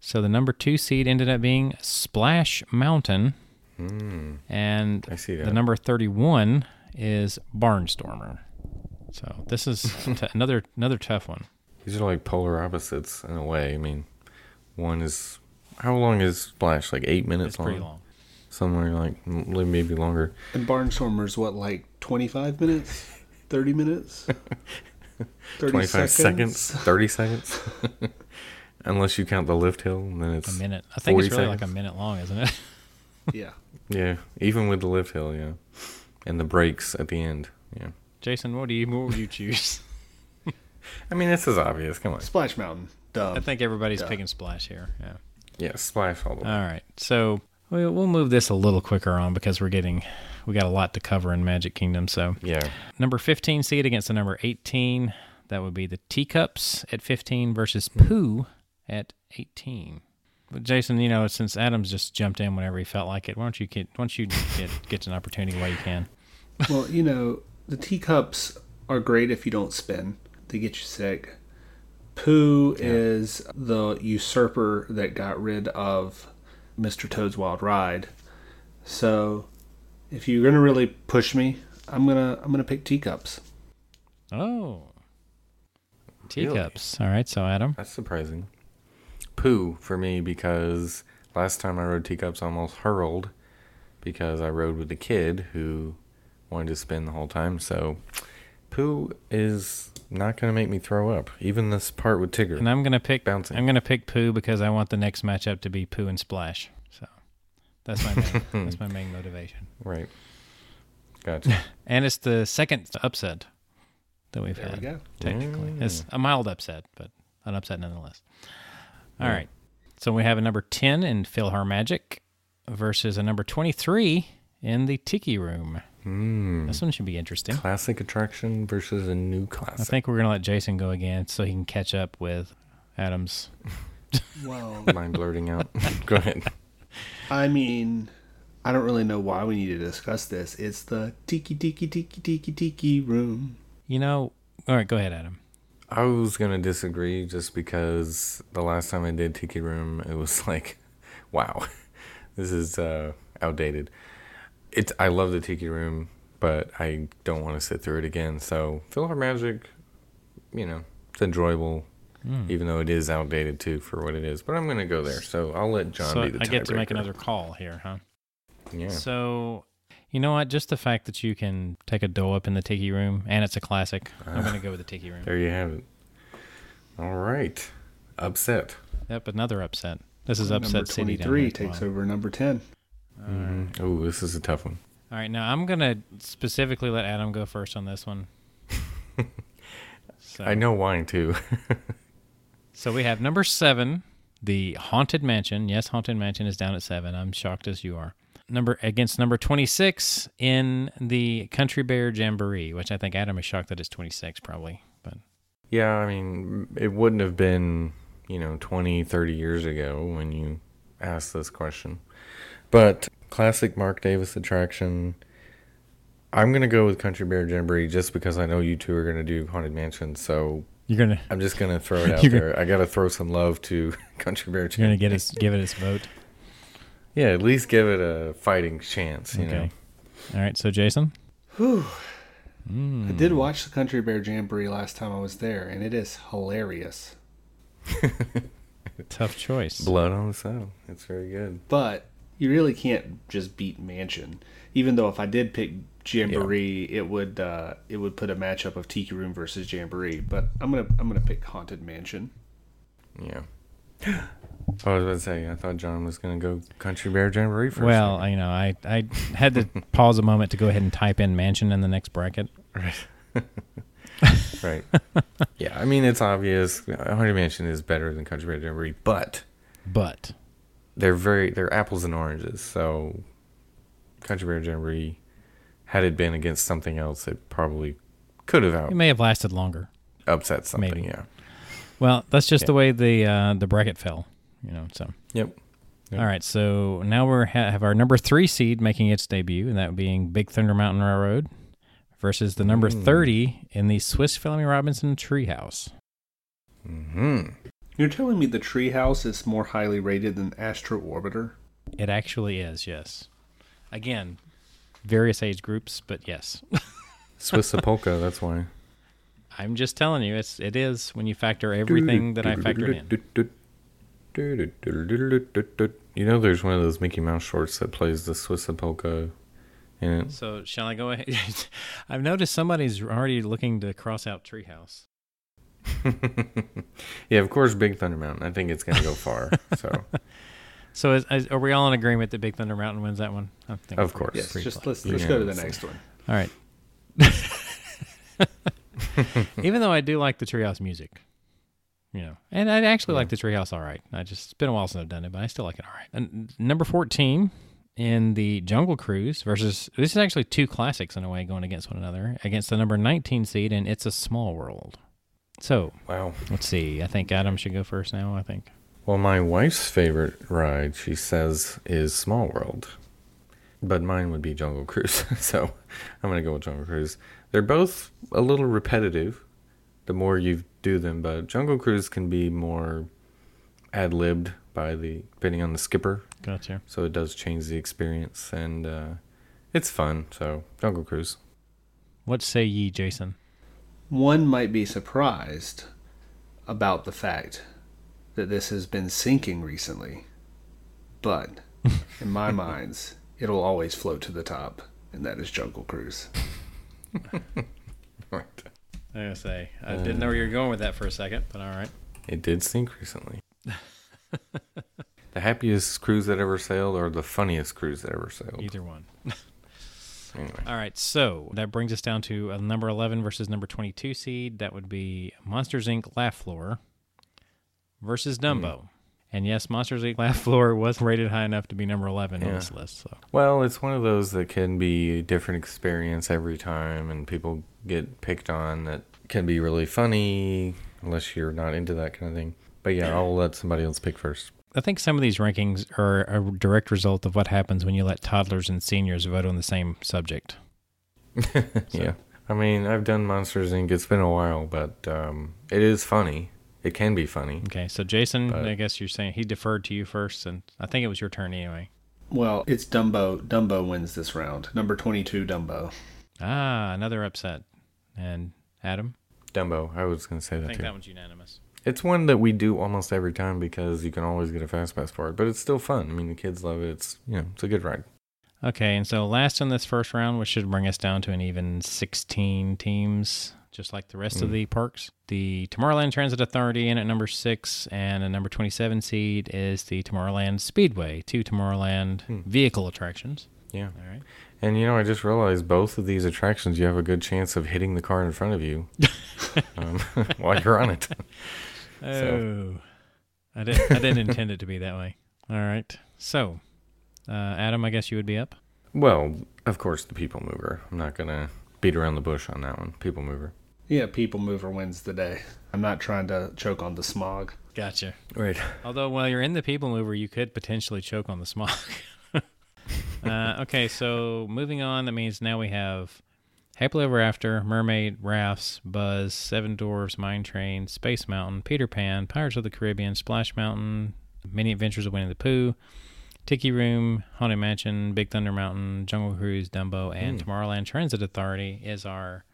So the number two seed ended up being Splash Mountain, and
Hmm. I see
the
that.
number thirty-one is Barnstormer. So
*laughs*
this is t- another another tough one.
These are like polar opposites in a way. I mean, one is. How long is Splash? Like eight minutes
It's pretty long.
Somewhere like m- maybe longer.
And Barnstormer's what, like 25 minutes? 30 minutes? 30
25 seconds, 30 seconds. *laughs* Unless you count the lift hill, and then
A
it's
minute. I think it's
40
really like a
seconds.
minute long, isn't it? *laughs*
yeah.
yeah, even with the lift hill, yeah, and the brakes at the end, yeah.
Jason, what do you what would
*laughs*
you choose?
I mean, this is obvious. Come on,
Splash Mountain.
I
Dumb.
think everybody's
Duh.
picking Splash here. Yeah.
yeah, splash all the way.
All right. So we- we'll move this a little quicker on because we're getting we got a lot to cover in Magic Kingdom. So
yeah,
number 15 seed against the number 18. That would be the teacups at 15 versus Pooh at 18. But Jason, you know, since Adams just jumped in whenever he felt like it, why don't you get why don't you get get an opportunity while you can?
Well, you know, the teacups are great if you don't spin. They get you sick. Pooh is the usurper that got rid of Mr. Toad's Wild Ride. So, if you're gonna really push me, I'm gonna I'm gonna pick teacups.
Oh,
Really?
teacups. All right, so Adam,
That's surprising. Poo for me because last time I rode teacups, I almost hurled because I rode with a kid who wanted to spin the whole time. So poo is not going to make me throw up. Even this part with Tigger.
and I'm gonna pick
Bouncing.
I'm gonna pick poo because I want the next matchup to be poo and splash. So that's my
*laughs*
main, that's my main motivation,
Right. Gotcha.
and it's the second upset that we've
There
had.
we go.
technically.
Mm.
It's a mild upset, but an upset nonetheless. All right, So we have a number 10 in Philhar Magic versus a number 23 in the Tiki Room.
mm.
This one should be interesting.
Classic attraction versus a new
I *laughs*
classic.
think we're going to let Jason go again so he can catch up with Adams.
Well,
Mind blurting out. *laughs* Go ahead.
I mean, I don't really know why we need to discuss this. It's the tiki tiki tiki tiki tiki room.
You know, all right, go ahead, Adam.
I was gonna disagree just because the last time I did Tiki Room, it was *laughs* like, wow, this is uh, outdated. It's I love the Tiki Room, but I don't want to sit through it again. So Philhar Magic, you know, it's enjoyable,
Hmm. Mm-hmm.
even though it is outdated too for what it is. But I'm gonna go there, so I'll let John
so
be the
I get to make
tiebreaker.
another call here, huh?
Yeah,
So, you know what? Just the fact that you can take a dough up in the Tiki Room and it's a classic, I'm going to go with the Tiki Room.
*sighs* there you have it. All right, upset.
Yep, another upset. This is upset
Number
city. down
twenty-three
here.
takes
Wow.
over number ten.
Oh, this is a tough one.
All right, now I'm gonna specifically let Adam go first on
*laughs*
this one. so,
I know wine too. *laughs*
so we have number seven, the Haunted Mansion. Yes, Haunted Mansion is down at seven. I'm shocked as you are. Number against number twenty six in the Country Bear Jamboree, which I think Adam is shocked that it's twenty six probably. But
Yeah, I mean, it wouldn't have been, you know, 20, 30 years ago when you asked this question. But classic Mark Davis attraction. I'm going to go with Country Bear Jamboree just because I know you two are going to do Haunted Mansion. So
you're gonna
I'm just going to throw
*laughs*
it out
You're-
there. I got to throw some love to *laughs* Country Bear
you're gonna
Jamboree.
get us give it its vote.
Yeah, at least give it a fighting chance, you know.
Okay. All right, so Jason,
I did
Hmm.
watch the Country Bear Jamboree last time I was there, and it is hilarious.
tough choice.
Blood on the saddle. It's very good.
But you really can't just beat Mansion. Even though if I did pick Jamboree, it would uh, it would put a matchup of Tiki Room versus Jamboree. But I'm gonna I'm gonna pick Haunted Mansion.
Yeah. *gasps* I was about to say, I thought John was going to go Country Bear Jamboree first.
Well, I- you know, I, I had *laughs* to pause a moment to go ahead and type in mansion in the next bracket. *laughs*
Right. yeah, I mean it's obvious. Haunted Mansion is better than Country Bear Jamboree, but
But
they're very they're apples and oranges. So Country Bear Jamboree, had it been against something else, it probably could have out
it may have lasted longer.
upset something.
Maybe.
Yeah.
Well, that's just the way the uh, the bracket fell, you know. So,
Yep. Yep.
all right. So now we're ha- have our number three seed making its debut, and that being Big Thunder Mountain Railroad versus the number thirty in the Swiss Family Robinson Treehouse.
Hmm.
You're telling me the Treehouse is more highly rated than Astro Orbiter?
It actually is, yes. Again, various age groups, but yes. *laughs*
Swiss Sepulchre. That's why.
I'm just telling you, it's it is when you factor everything that I factored in.
*laughs* You know, there's one of those Mickey Mouse shorts that plays the Swiss Sepulchre in it.
So shall I go ahead? *laughs* I've noticed somebody's already looking to cross out Treehouse.
*laughs* yeah, of course, Big Thunder Mountain. I think it's going to go far. So,
So is, is, are we all in agreement that Big Thunder Mountain wins that one? I think
Of course.
Yes.
pretty
Just
close.
let's let's go to the
Unanimous.
next one.
all *laughs* right. Even though I do like the Treehouse music, you know, and I actually like the Treehouse all right. I just it's been a while since I've done it, but I still like it all right. And number fourteen in the Jungle Cruise versus this is actually two classics in a way going against one another against the number nineteen seed and It's a Small World. So
wow.
Let's see. I think Adam should go first now. I think.
Well, my wife's favorite ride, she says, is Small World. But mine would be Jungle Cruise. *laughs* so I'm going to go with Jungle Cruise. They're both a little repetitive the more you do them, but Jungle Cruise can be more ad libbed by the depending on the skipper.
Gotcha.
So it does change the experience and uh, it's fun. So Jungle Cruise. *laughs*
What say ye, Jason?
One might be surprised about the fact that this has been sinking recently, but in my mind's, it'll always float to the top, and that is Jungle Cruise.
Right.
I gotta say, I didn't know where you were going with that for a second, but all right.
It did sink recently. the happiest cruise that ever sailed or the funniest cruise that ever sailed.
Either one.
*laughs* Anyway.
All right, so that brings us down to uh, number 11 versus number 22 seed. That would be Monsters Inc. Laugh Floor
Hmm.
versus Dumbo. And yes, Monsters Inc. Laugh Floor was rated high enough to be number 11 on
Yeah.
this list. So
Well, it's one of those that can be a different experience every time, and people get picked on that can be really funny, unless you're not into that kind of thing. But yeah, I'll let somebody else pick first. *laughs*
I think some of these rankings are a direct result of what happens when you let toddlers and seniors vote on the same subject.
Yeah. I mean, I've done Monsters Inc. It's been a while, but um, it is funny. It can be funny.
Okay, so Jason, I guess you're saying he deferred to you first, and I think it was your turn anyway.
Well, it's Dumbo. Dumbo wins this round. Number 22, Dumbo.
Ah, another upset. And Adam,
Dumbo, I was going to say
I
that
think
too.
that one's unanimous.
It's one that we do almost every time because you can always get a fast pass for it, but it's still fun. I mean, the kids love it. It's, you know, it's a good ride.
Okay, and so last in this first round, which should bring us down to an even 16 teams, just like the rest of the parks. The Tomorrowland Transit Authority in at number six, and a number 27 seed is the Tomorrowland Speedway, two Tomorrowland vehicle attractions.
Yeah.
All right.
And you know, I just realized both of these attractions, you have a good chance of hitting the car in front of
*laughs*
you um, *laughs* while you're on it.
Oh,
So-
I didn't. I didn't intend it to be that way. All right. So, uh, Adam, I guess you would be up.
Well, of course, the People Mover. I'm not gonna beat around the bush on that one. People Mover.
Yeah, People Mover wins the day. I'm not trying to choke on the smog.
Gotcha.
Right.
Although while you're in the people mover, you could potentially choke on the smog. *laughs* uh, okay, so moving on, that means now we have Happily Ever After, Mermaid, Rafts, Buzz, Seven Dwarfs, Mine Train, Space Mountain, Peter Pan, Pirates of the Caribbean, Splash Mountain, Many Adventures of Winnie the Pooh, Tiki Room, Haunted Mansion, Big Thunder Mountain, Jungle Cruise, Dumbo, and
Hmm.
Tomorrowland Transit Authority is our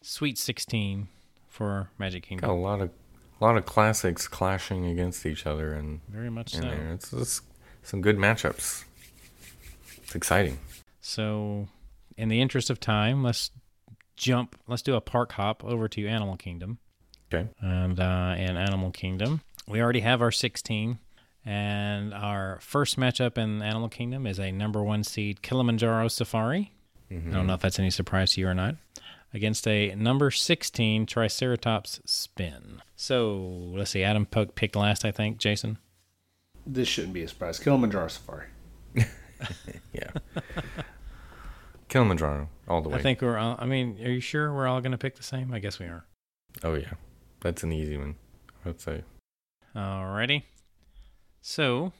Sweet 16 for Magic Kingdom.
Got a lot of, lot of classics clashing against each other, and
Very much
in
so.
there, it's, it's some good matchups. It's exciting.
So, in the interest of time, let's jump. Let's do a park hop over to Animal Kingdom.
Okay.
And uh, in Animal Kingdom, we already have our 16. And our first matchup in Animal Kingdom is a number one seed Kilimanjaro Safari. I
Mm-hmm.
don't know if that's any surprise to you or not. Against a number 16 Triceratops Spin. So let's see. Adam Poke picked last, I think. Jason?
This shouldn't be a surprise. Kilimanjaro Safari.
Yeah. Kilimanjaro all *laughs* the way.
I think we're all, I mean, are you sure we're all going to pick the same? I guess we are.
oh yeah, that's an easy one. I'd say.
Alrighty. So,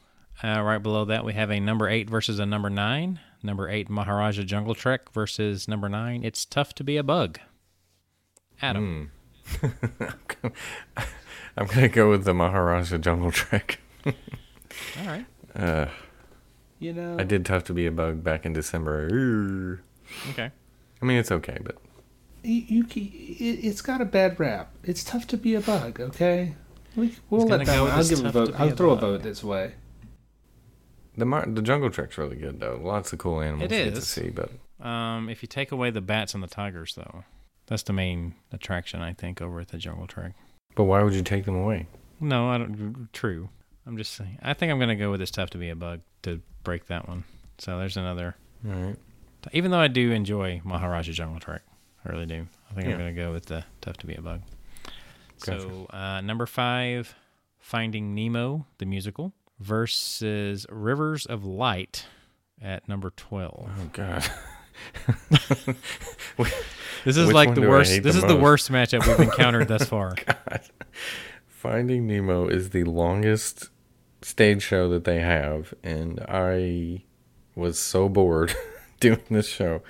uh, right below that, we have a number eight versus a number nine. Number eight, Maharaja Jungle Trek versus number nine. It's tough to be a bug.
Mm.
Adam.
*laughs* I'm gonna go with the Maharaja Jungle Trek.
All right.
Uh,
You know,
I did tough to be a bug back in December. Ooh.
Okay.
I mean, it's okay, but
you, you, ke- it, it's got a bad rap. It's tough to be a bug, okay? We, we'll
He's
let
gonna
that
go
one.
with
I'll
it's
give a
tough
vote.
to be
I'll
a
throw
bug.
a vote this way.
the Mar- the Jungle Trek's really good though. Lots of cool animals
It
you get to
is.
see, but
Um, if you take away the bats and the tigers, though, that's the main attraction I think over at the Jungle Trek.
but why would you take them away?
No, I don't. True. I'm just saying. I think I'm gonna go with it's tough to be a bug to break that one. So there's another
All right.
Even though I do enjoy Maharaja Jungle Trek, I really do. I think
Yeah.
I'm going to go with the Tough to Be a Bug.
Gotcha.
So, uh, number five, Finding Nemo, the musical, versus Rivers of Light at number 12.
Oh God. *laughs*
This is
Which
like
one
the
do I
worst.
hate
This
the
is the
most? *laughs*
worst matchup we've encountered thus far.
Finding Nemo is the longest stage show that they have, and I was so bored *laughs* doing this show.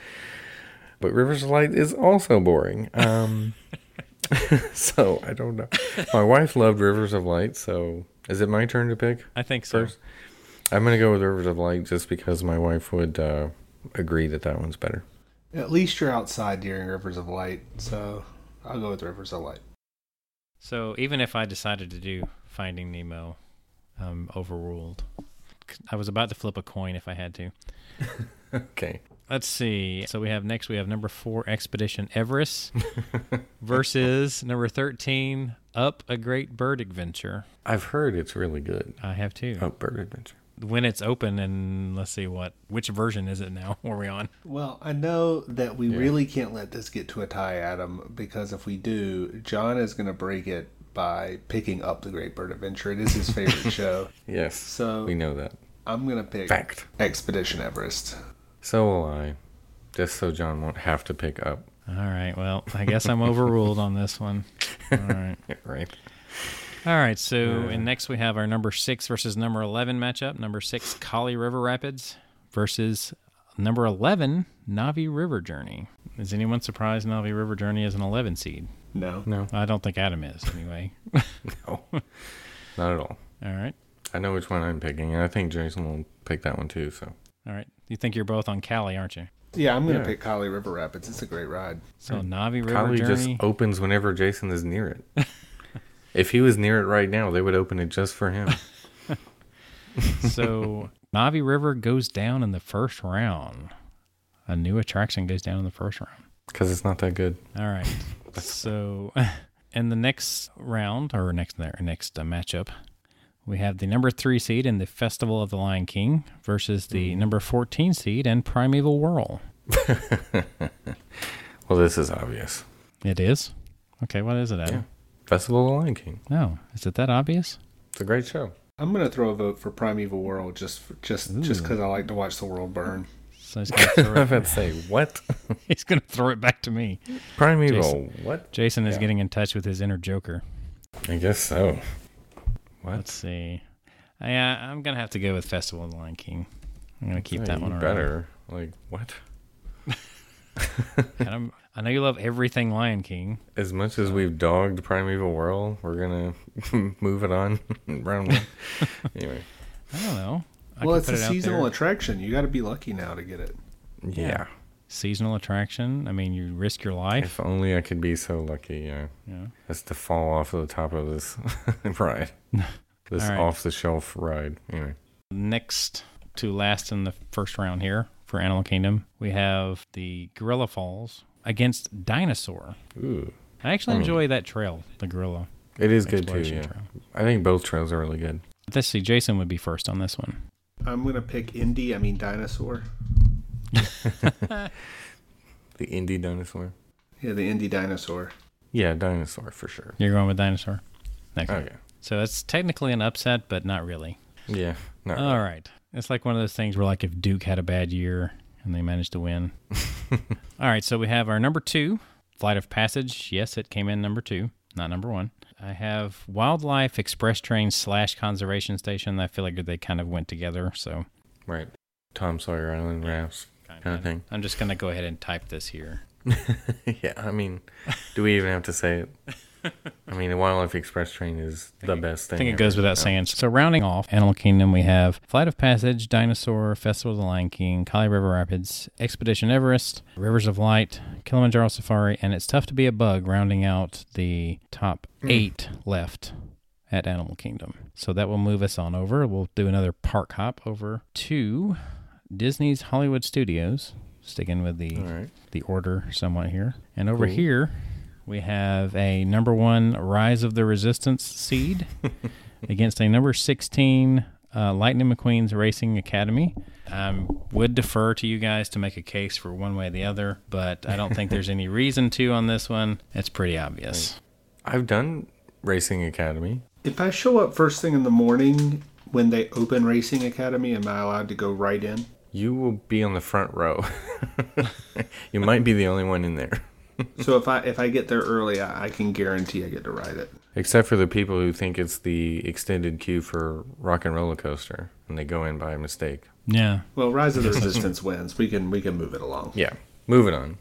But Rivers of Light is also boring. Um, *laughs* so I don't know. My wife loved Rivers of Light, so is it my turn to pick?
I think so.
First- I'm gonna go with Rivers of Light just because my wife would uh, agree that that one's better.
At least you're outside during Rivers of Light, so I'll go with Rivers of Light.
So even if I decided to do Finding Nemo, I'm overruled. I was about to flip a coin if I had to.
Okay.
Let's see. So we have next we have number four Expedition Everest versus number thirteen Up a Great Bird Adventure.
I've heard it's really good.
I have two.
Oh, Bird Adventure.
When it's open and let's see what which version is it now? *laughs* Where are we on?
Well, I know that we
Yeah.
really can't let this get to a tie, Adam, because if we do, John is going to break it by picking up The Great Bird Adventure. It is his
*laughs*
favorite show.
Yes.
So-
we know that
I'm going to pick
fact.
Expedition Everest.
So will I. Just so John won't have to pick up.
All right. Well, I guess I'm overruled on this one. All right.
Right.
All right. So, and next we have our number six versus number 11 matchup. Number six, Kali River Rapids versus number 11, Navi River Journey. Is anyone surprised Navi River Journey is an 11 seed?
No.
No.
I don't think Adam is, anyway.
*laughs* No. Not at all.
All right.
I know which one I'm picking, and I think Jason will pick that one too. So
All right. You think you're both on Cali, aren't you?
Yeah, I'm going to
Yeah.
pick Kali River Rapids. It's a great ride.
So, Navi River
Kali just *laughs*
Journey.
opens whenever Jason is near it. if he was near it right now, they would open it just for him.
so, Navi River goes down in the first round. A new attraction goes down in the first round.
Because it's not that good.
All right. so, *laughs* in the next round or next next uh, matchup, we have the number three seed in the Festival of the Lion King versus the number fourteen seed and Primeval Whirl.
Well, this is obvious.
It is. Okay, what is it? Adam?
Festival of the Lion King.
No, is it that obvious?
It's a great show.
I'm going to throw a vote for Primeval World just for, just just because I like to watch the world burn.
So he's gonna, throw
I
it,
was about to say,
*laughs*
what?
he's gonna throw it back to me.
Primeval.
Jason.
What?
Jason is
Yeah.
getting in touch with his inner Joker.
I guess so.
Let's
What?
see. Yeah, I'm gonna have to go with Festival of the Lion King. I'm gonna keep
Yeah,
that
you
one around. *laughs*
better. Like, what?
Adam, I know you love everything Lion King.
As much as we've dogged Primeval Whirl, we're going to *laughs* move it on *laughs* round
*laughs*
one. anyway.
I don't know. I
well,
could
it's a
put it out
seasonal
there.
attraction. You got to be lucky now to get it.
Yeah.
seasonal attraction. I mean, you risk your life.
If only I could be so lucky, yeah.
Yeah.
As to fall off the top of this *laughs*
*laughs*
ride. This
All right.
off the shelf ride. Anyway.
Next to last in the first round here for Animal Kingdom, we have the Gorilla Falls against Dinosaur.
Ooh.
I actually enjoy that trail, the Gorilla.
It is Hmm. good too,
Exploration
yeah.
trail.
I think both trails are really
*laughs*
good. *laughs*
Let's see, Jason would be first on this one.
I'm going to pick Indy, I mean Dinosaur.
The indie dinosaur.
Yeah, the Indy Dinosaur.
Yeah, dinosaur for sure.
You're going with Dinosaur. Next.
Okay.
So it's technically an upset, but not really.
Yeah. No.
All right. It's like one of those things where, like, if Duke had a bad year and they managed to win. Uh. All right. So we have our number two, Flight of Passage. Yes, it came in number two, not number one. I have Wildlife Express Train slash Conservation Station. I feel like they kind of went together. So
*laughs* right. Tom Sawyer Island rafts kind of thing.
I'm just going to go ahead and type this here.
*laughs* yeah. I mean, do we even have to say it?
*laughs*
I mean, the Wildlife Express train is the best thing.
I think it
ever.
goes without saying. So rounding off Animal Kingdom, we have Flight of Passage, Dinosaur, Festival of the Lion King, Kali River Rapids, Expedition Everest, Rivers of Light, Kilimanjaro Safari, and It's Tough to Be a Bug, rounding out the top
Hmm.
eight left at Animal Kingdom. So that will move us on over. We'll do another park hop over to Disney's Hollywood Studios, sticking with the
All right.
the order somewhat here. And over
Cool.
here, we have a number one Rise of the Resistance seed against a number 16 uh, Lightning McQueen's Racing Academy. I would defer to you guys to make a case for one way or the other, but I don't think there's any reason to on this one. It's pretty obvious.
I've done Racing Academy.
If I show up first thing in the morning when they open Racing Academy, am I allowed to go right in?
You will be on the front row. *laughs* you might be the only one in there.
so if I if I get there early, I, I can guarantee I get to ride it.
Except for the people who think it's the extended queue for Rock and Roller Coaster, and they go in by mistake.
Yeah.
Well,
*laughs*
Rise of the Resistance wins. We can we can move it along.
Yeah. Moving on.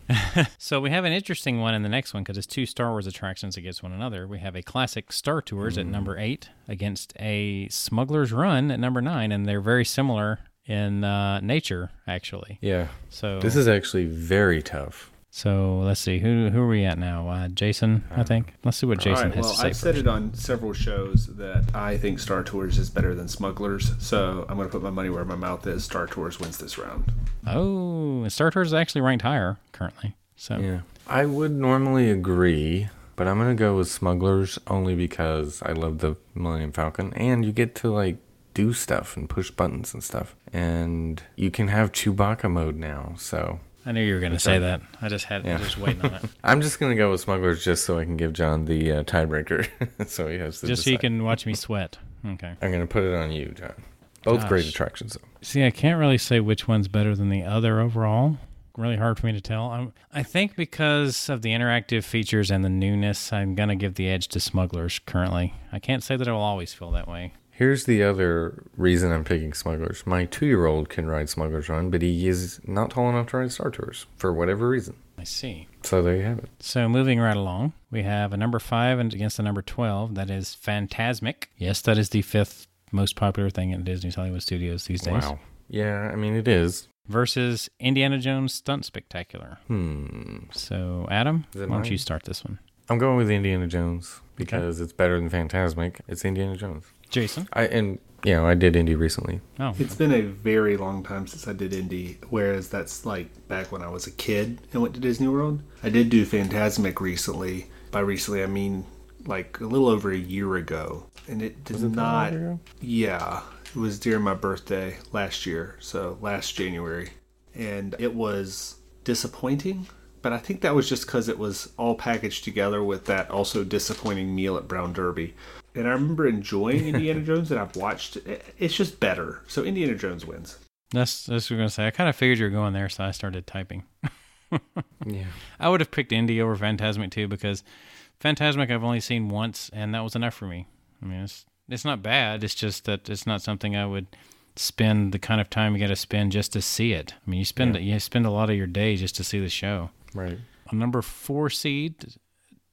So we have an interesting one in the next one because it's two Star Wars attractions against one another. We have a classic Star Tours at number eight against a Smuggler's Run at number nine, and they're very similar in uh, nature, actually.
Yeah.
So
This is actually very tough.
so let's see who who are we at now? Uh, Jason, I think. Let's see what
All
Jason
right.
has
Well,
to say
I've said
first.
it on several shows that I think Star Tours is better than Smugglers, so I'm going to put my money where my mouth is. Star Tours wins this round.
Oh, and Star Tours is actually ranked higher currently. So
Yeah. I would normally agree, but I'm going to go with Smugglers only because I love the Millennium Falcon and you get to like do stuff and push buttons and stuff. And you can have Chewbacca mode now. So
I knew you were going to say that. I just had
Yeah.
just waiting on it,
I'm *laughs* just going to go with Smugglers just so I can give John the uh, tiebreaker. *laughs* so he has to
just so you
decide.
can watch me sweat. Okay.
I'm going to put it on you, John. Both great
Gosh.
attractions. Though.
See, I can't really say which one's better than the other overall. Really hard for me to tell. I'm, I think because of the interactive features and the newness, I'm going to give the edge to Smugglers currently. I can't say that it will always feel that way.
Here's the other reason I'm picking Smugglers. My two year old can ride Smugglers Run, but he is not tall enough to ride Star Tours for whatever reason.
I see.
So there you have it.
So moving right along, we have a number five and against the number 12. That is Phantasmic. Yes, that is the fifth most popular thing at Disney's Hollywood Studios these days.
Yeah, I mean, it is.
Versus Indiana Jones Stunt Spectacular.
Hmm.
So, Adam,
Is
why
it
don't
mine?
you start this one?
I'm going with Indiana Jones because it's better than Fantasmic. It's Indiana Jones.
Jason?
I and you know I did Indy recently.
Oh,
It's been a very long time since I did Indy, whereas that's like back when I was a kid and went to Disney World. I did do Fantasmic recently. By recently, I mean like a little over a year ago, and it did not. Yeah, it was during my birthday last year, so last January, and it was disappointing. But I think that was just because it was all packaged together with that also disappointing meal at Brown Derby. And I remember enjoying Indiana Jones, and I've watched it. It's just better. So Indiana Jones wins.
That's that's what I'm gonna say. I kind of figured you were going there, so I started typing.
Yeah.
I would have picked Indy over Phantasmic too because Phantasmic I've only seen once, and that was enough for me. I mean, it's it's not bad. It's just that it's not something I would spend the kind of time you got to spend just to see it. I mean, you spend you spend a lot of your day just to see the show.
Right.
A number four seed,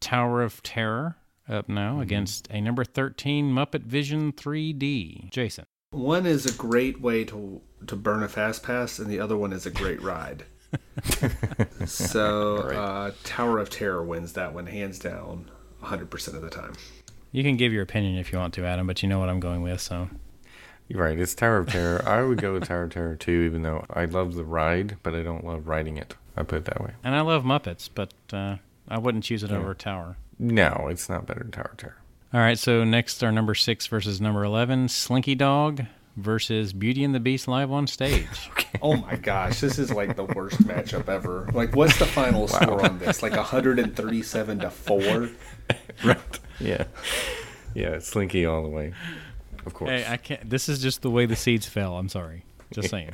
Tower of Terror, up now against a number thirteen Muppet Vision 3D. Jason,
One is a great way to to burn a fast pass, and the other one is a great ride. so uh, Tower of Terror wins that one hands down, 100% of the time.
you can give your opinion if you want to, Adam, but you know what I'm going with, so.
You're right. It's Tower of Terror. I would go with Tower of Terror too, even though I love the ride, but I don't love riding it. I put it that way.
And I love Muppets, but uh, I wouldn't choose it over Tower.
No, it's not better than Tower of Terror. *laughs*
All right, so next are number six versus number 11 Slinky Dog versus Beauty and the Beast live on *laughs* stage.
Oh my gosh, this is like the worst matchup ever. Like, what's the final score on this? Like 137 to 4?
Right. yeah. Yeah, it's Slinky all the way. Of course.
hey, I can't. This is just the way the seeds fell. I'm sorry. Just *laughs* saying.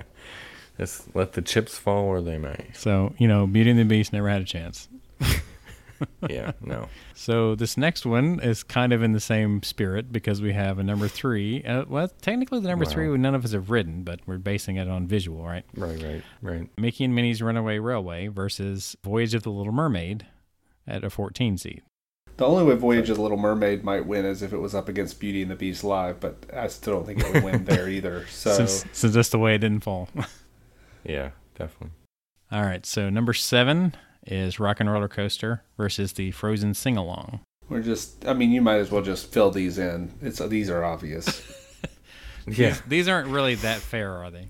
Just let the chips fall where they may.
So, you know, Beauty and the Beast never had a chance. *laughs*
Yeah, no.
So, this next one is kind of in the same spirit because we have a number three. Uh, well, technically, the number
Wow.
three none of us have ridden, but we're basing it on visual, right?
Right, right, right.
Mickey and Minnie's Runaway Railway versus Voyage of the Little Mermaid at a 14 seed.
The only way Voyage of the Little Mermaid might win is if it was up against Beauty and the Beast live, but I still don't think it would win there either. So,
Since, since that's the way it didn't fall. *laughs*
Yeah, definitely.
All right, so number seven is Rock and Roller Coaster versus the Frozen Sing Along.
we're just, I mean, you might as well just fill these in. It's These
*laughs*
are obvious.
Yeah.
These, these aren't really that fair, are they?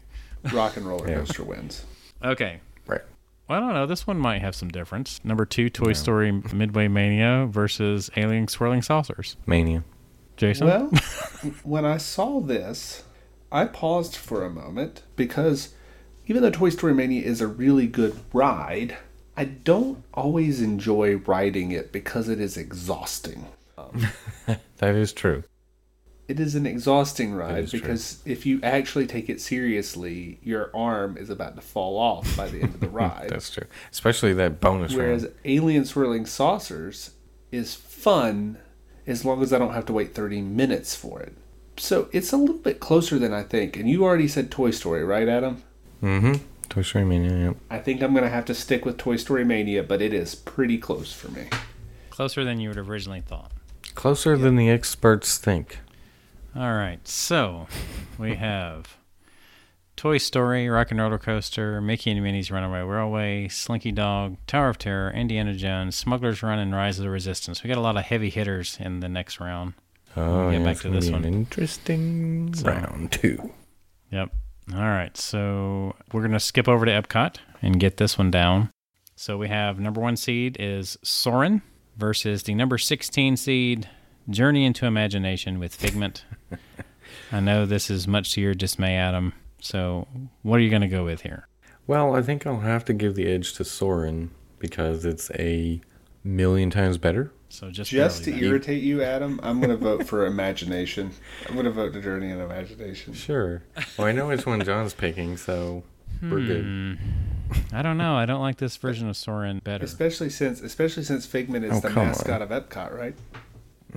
Rock and Roller
Yeah.
Coaster wins.
Okay.
Right.
Well, I don't know. This one might have some difference. Number two, Toy Story Midway Mania versus Alien Swirling Saucers.
Mania. *laughs*
Jason?
Well, when I saw this, I paused for a moment because even though Toy Story Mania is a really good ride, I don't always enjoy riding it because it is exhausting.
That is true.
It is an exhausting ride
is true.
because if you actually take it seriously, your arm is about to fall off by the end
*laughs*
of the ride.
Hmm, That's true. Especially that bonus
Whereas
round.
Alien Swirling Saucers is fun. as long as I don't have to wait 30 minutes for it. So it's a little bit closer than I think. And you already said Toy Story, right, Adam?
Mm-hmm. Toy Story Mania. Yep.
I think I'm going to have to stick with Toy Story Mania, but it is pretty close for me.
Closer than you would have originally thought.
Closer than the experts think.
All right, so we have Toy Story, Rock and Roller Coaster, Mickey and Minnie's Runaway Railway, Slinky Dog, Tower of Terror, Indiana Jones, Smuggler's Run, and Rise of the Resistance. We got a lot of heavy hitters in the next round.
Oh,
Get
yeah,
back
it's
to
gonna
this
be an
one.
interesting round two.
Yep. All right. So we're going to skip over to Epcot and get this one down. So we have number one seed is Soren versus the number 16 seed, Journey into Imagination with
*laughs*
Figment. I know this is much to your dismay, Adam. So what are you going to go with here?
Well, I think I'll have to give the edge to Soren because it's a million times better.
So just,
Just to
barely better.
irritate you, Adam, I'm going to vote for *laughs* Imagination. I'm going to vote to Journey and Imagination.
Sure. Well, I know which one John's picking, so
Hmm.
we're good.
I don't know. I don't like this version of Soren better.
Especially since, especially since Figment is
Oh,
the
come
mascot of Epcot, right?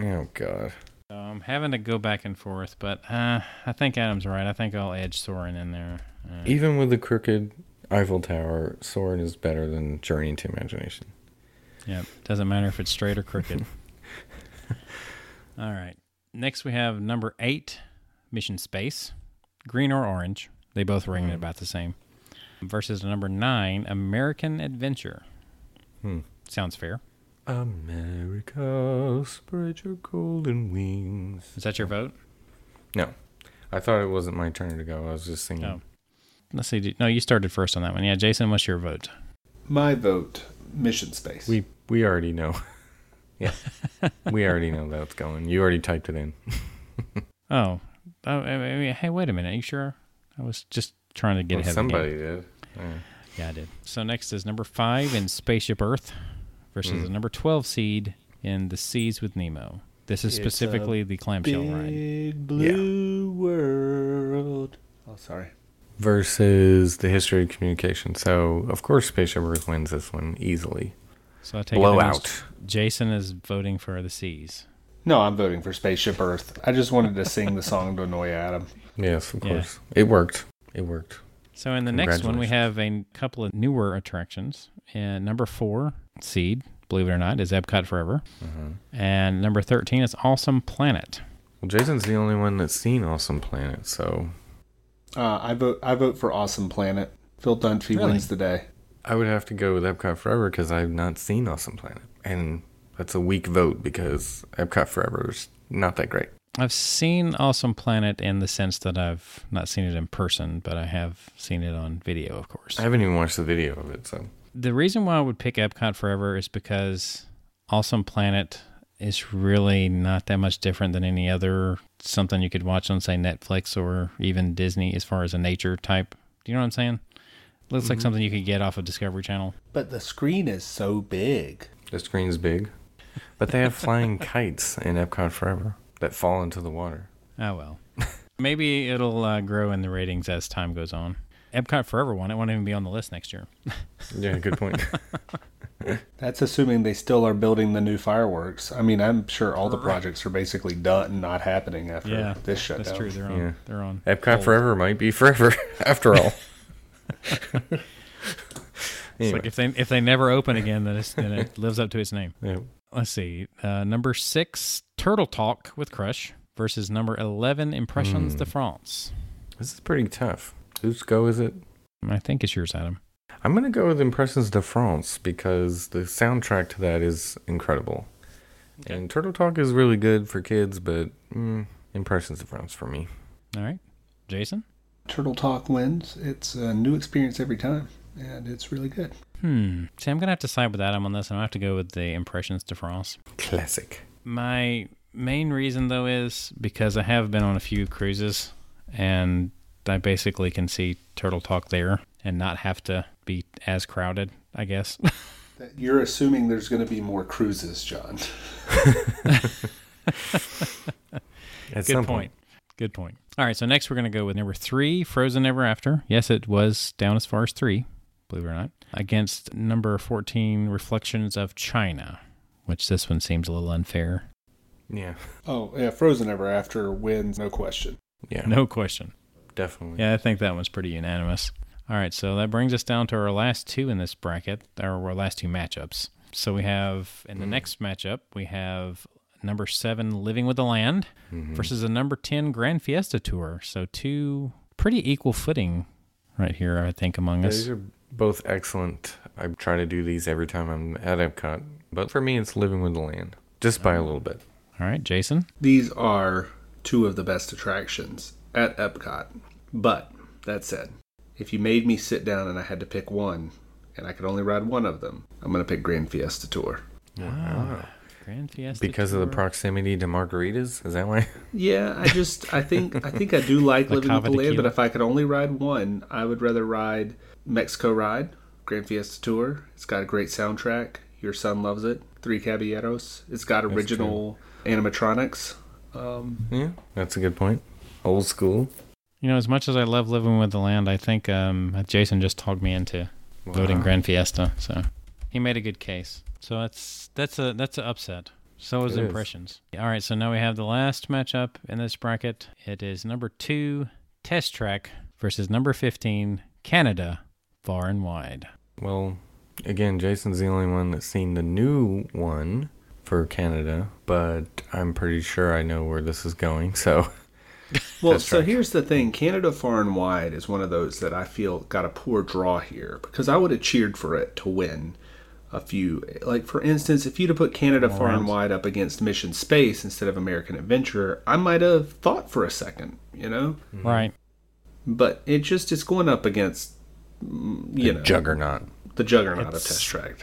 Oh God.
So I'm having to go back and forth, but uh, I think Adam's right. I think I'll edge Soren in there. Uh,
Even with the crooked Eiffel Tower, Soren is better than Journey into Imagination.
Yep. Doesn't matter if it's straight
*laughs*
or crooked. All right. Next, we have number eight, Mission Space, green or orange. They both
Hmm.
ring about the same. Versus number nine, American Adventure.
Hmm.
Sounds fair.
America, spread your golden wings.
Is that your vote?
No, I thought it wasn't my turn to go. I was just singing.
No. Let's see. did- No, you started first on that one. Yeah, Jason, what's your vote?
My vote, Mission Space.
We we already know. *laughs* yeah, we already know that's going. You already typed it in.
Oh, oh I I mean, hey, wait a minute. you sure? I was just trying to get
Well,
ahead of the game.
somebody did. Yeah.
Yeah, I did. So next is number five in Spaceship Earth versus
Hmm.
the number 12 seed in The Seas with Nemo. This
It's
is
a
specifically the clamshell ride.
Big blue world. Oh, sorry.
Versus the history of communication. So of course, Spaceship Earth wins this one easily.
So I take it
Blowout.
that Jason is voting for The Seas.
No, I'm voting for Spaceship Earth. I just wanted to sing the song to annoy Adam.
Yes, of
Yeah.
course. It worked. It worked.
So in the next one, we
Congratulations.
have a couple of newer attractions. And number four seed, believe it or not, is Epcot Forever.
Mm-hmm.
And number 13 is Awesome Planet.
Well, Jason's the only one that's seen Awesome Planet, so
Uh, I vote. I vote for Awesome Planet. Phil Dunphy
Really?
wins the day.
I would have to go with Epcot Forever because I've not seen Awesome Planet, and that's a weak vote because Epcot Forever is not that great.
I've seen Awesome Planet in the sense that I've not seen it in person, but I have seen it on video, of course.
I haven't even watched the video of it, so
the reason why I would pick Epcot Forever is because Awesome Planet is really not that much different than any other something you could watch on say Netflix or even Disney as far as a nature type. Do you know what I'm saying? Looks like something you could get off of Discovery Channel.
But the screen is so big.
the screen's big, but they have flying *laughs* kites in Epcot Forever that fall into the water.
Oh well. Maybe it'll uh, grow in the ratings as time goes on. Epcot Forever one, it won't even be on the list next year.
Yeah, good point.
That's assuming they still are building the new fireworks. I mean, I'm sure all the projects are basically done and not happening after this shutdown.
That's true. They're on.
Yeah.
They're on.
*laughs* Epcot Forever might be forever *laughs* after all.
It's like if they if they never open again, then, it's, then it *laughs* lives up to its name.
yeah.
Let's see. Uh, number six, Turtle Talk with Crush versus number eleven, Impressions de France.
This is pretty tough. Whose go is it?
I think it's yours, Adam.
I'm gonna go with Impressions de France because the soundtrack to that is incredible, and Turtle Talk is really good for kids, but mm, Impressions de France for me.
All right, Jason.
Turtle Talk wins. It's a new experience every time, and it's really good.
Hmm. See, I'm gonna have to side with Adam on this. I'm gonna have to go with the Impressions de France.
Classic.
My main reason though is because I have been on a few cruises, and I basically can see Turtle Talk there and not have to be as crowded. I guess. *laughs*
You're assuming there's going to be more cruises, John.
At
Good point. Good point. All right, so next we're going to go with number three, Frozen Ever After. Yes, it was down as far as three, believe it or not, against number 14, Reflections of China, which this one seems a little unfair.
Yeah.
Oh, yeah, Frozen Ever After wins, no question.
Yeah.
No question.
Definitely.
Yeah, I think that one's pretty unanimous. All right, so that brings us down to our last two in this bracket, or our last two matchups. So we have in the next matchup, we have number seven, Living with the Land,
Mm-hmm.
versus the number 10 Grand Fiesta Tour. So two pretty equal footing right here, I think, among us.
These are both excellent. I try to do these every time I'm at Epcot, but for me, it's living with the land, just by a little bit.
All right, Jason.
These are two of the best attractions at Epcot. But that said, if you made me sit down and I had to pick one, and I could only ride one of them, I'm going to pick Grand Fiesta Tour.
Wow. Grand Fiesta
Because of the
Ah, Tour.
proximity to margaritas, is that why? *laughs*
Yeah, I just I think I think I do like
La
living with
Cava
the land, but
Tequila.
if I could only ride one, I would rather ride Mexico Ride, Grand Fiesta Tour. It's got a great soundtrack. Your son loves it. Three Caballeros. It's got original animatronics. Um,
Yeah, that's a good point. Old school.
You know, as much as I love living with the land, I think um, Jason just talked me into voting
Wow.
Grand Fiesta. So he made a good case. So that's that's a that's an upset. So is
It is.
impressions. All right, so now we have the last matchup in this bracket. It is number two Test Track versus number fifteen Canada, far and wide.
Well, again, Jason's the only one that's seen the new one for Canada, but I'm pretty sure I know where this is going. *laughs* So,
well,
That's
so
right.
here's the thing: Canada Far and Wide is one of those that I feel got a poor draw here because I would have cheered for it to win. A few, like for instance, if you'd have put Canada Far and Wide up against Mission Space instead of American Adventure, I might have thought for a second, you know.
Mm-hmm.
Right.
but it just it's going up against mm, you know
Juggernaut.
the juggernaut of
It's-
test track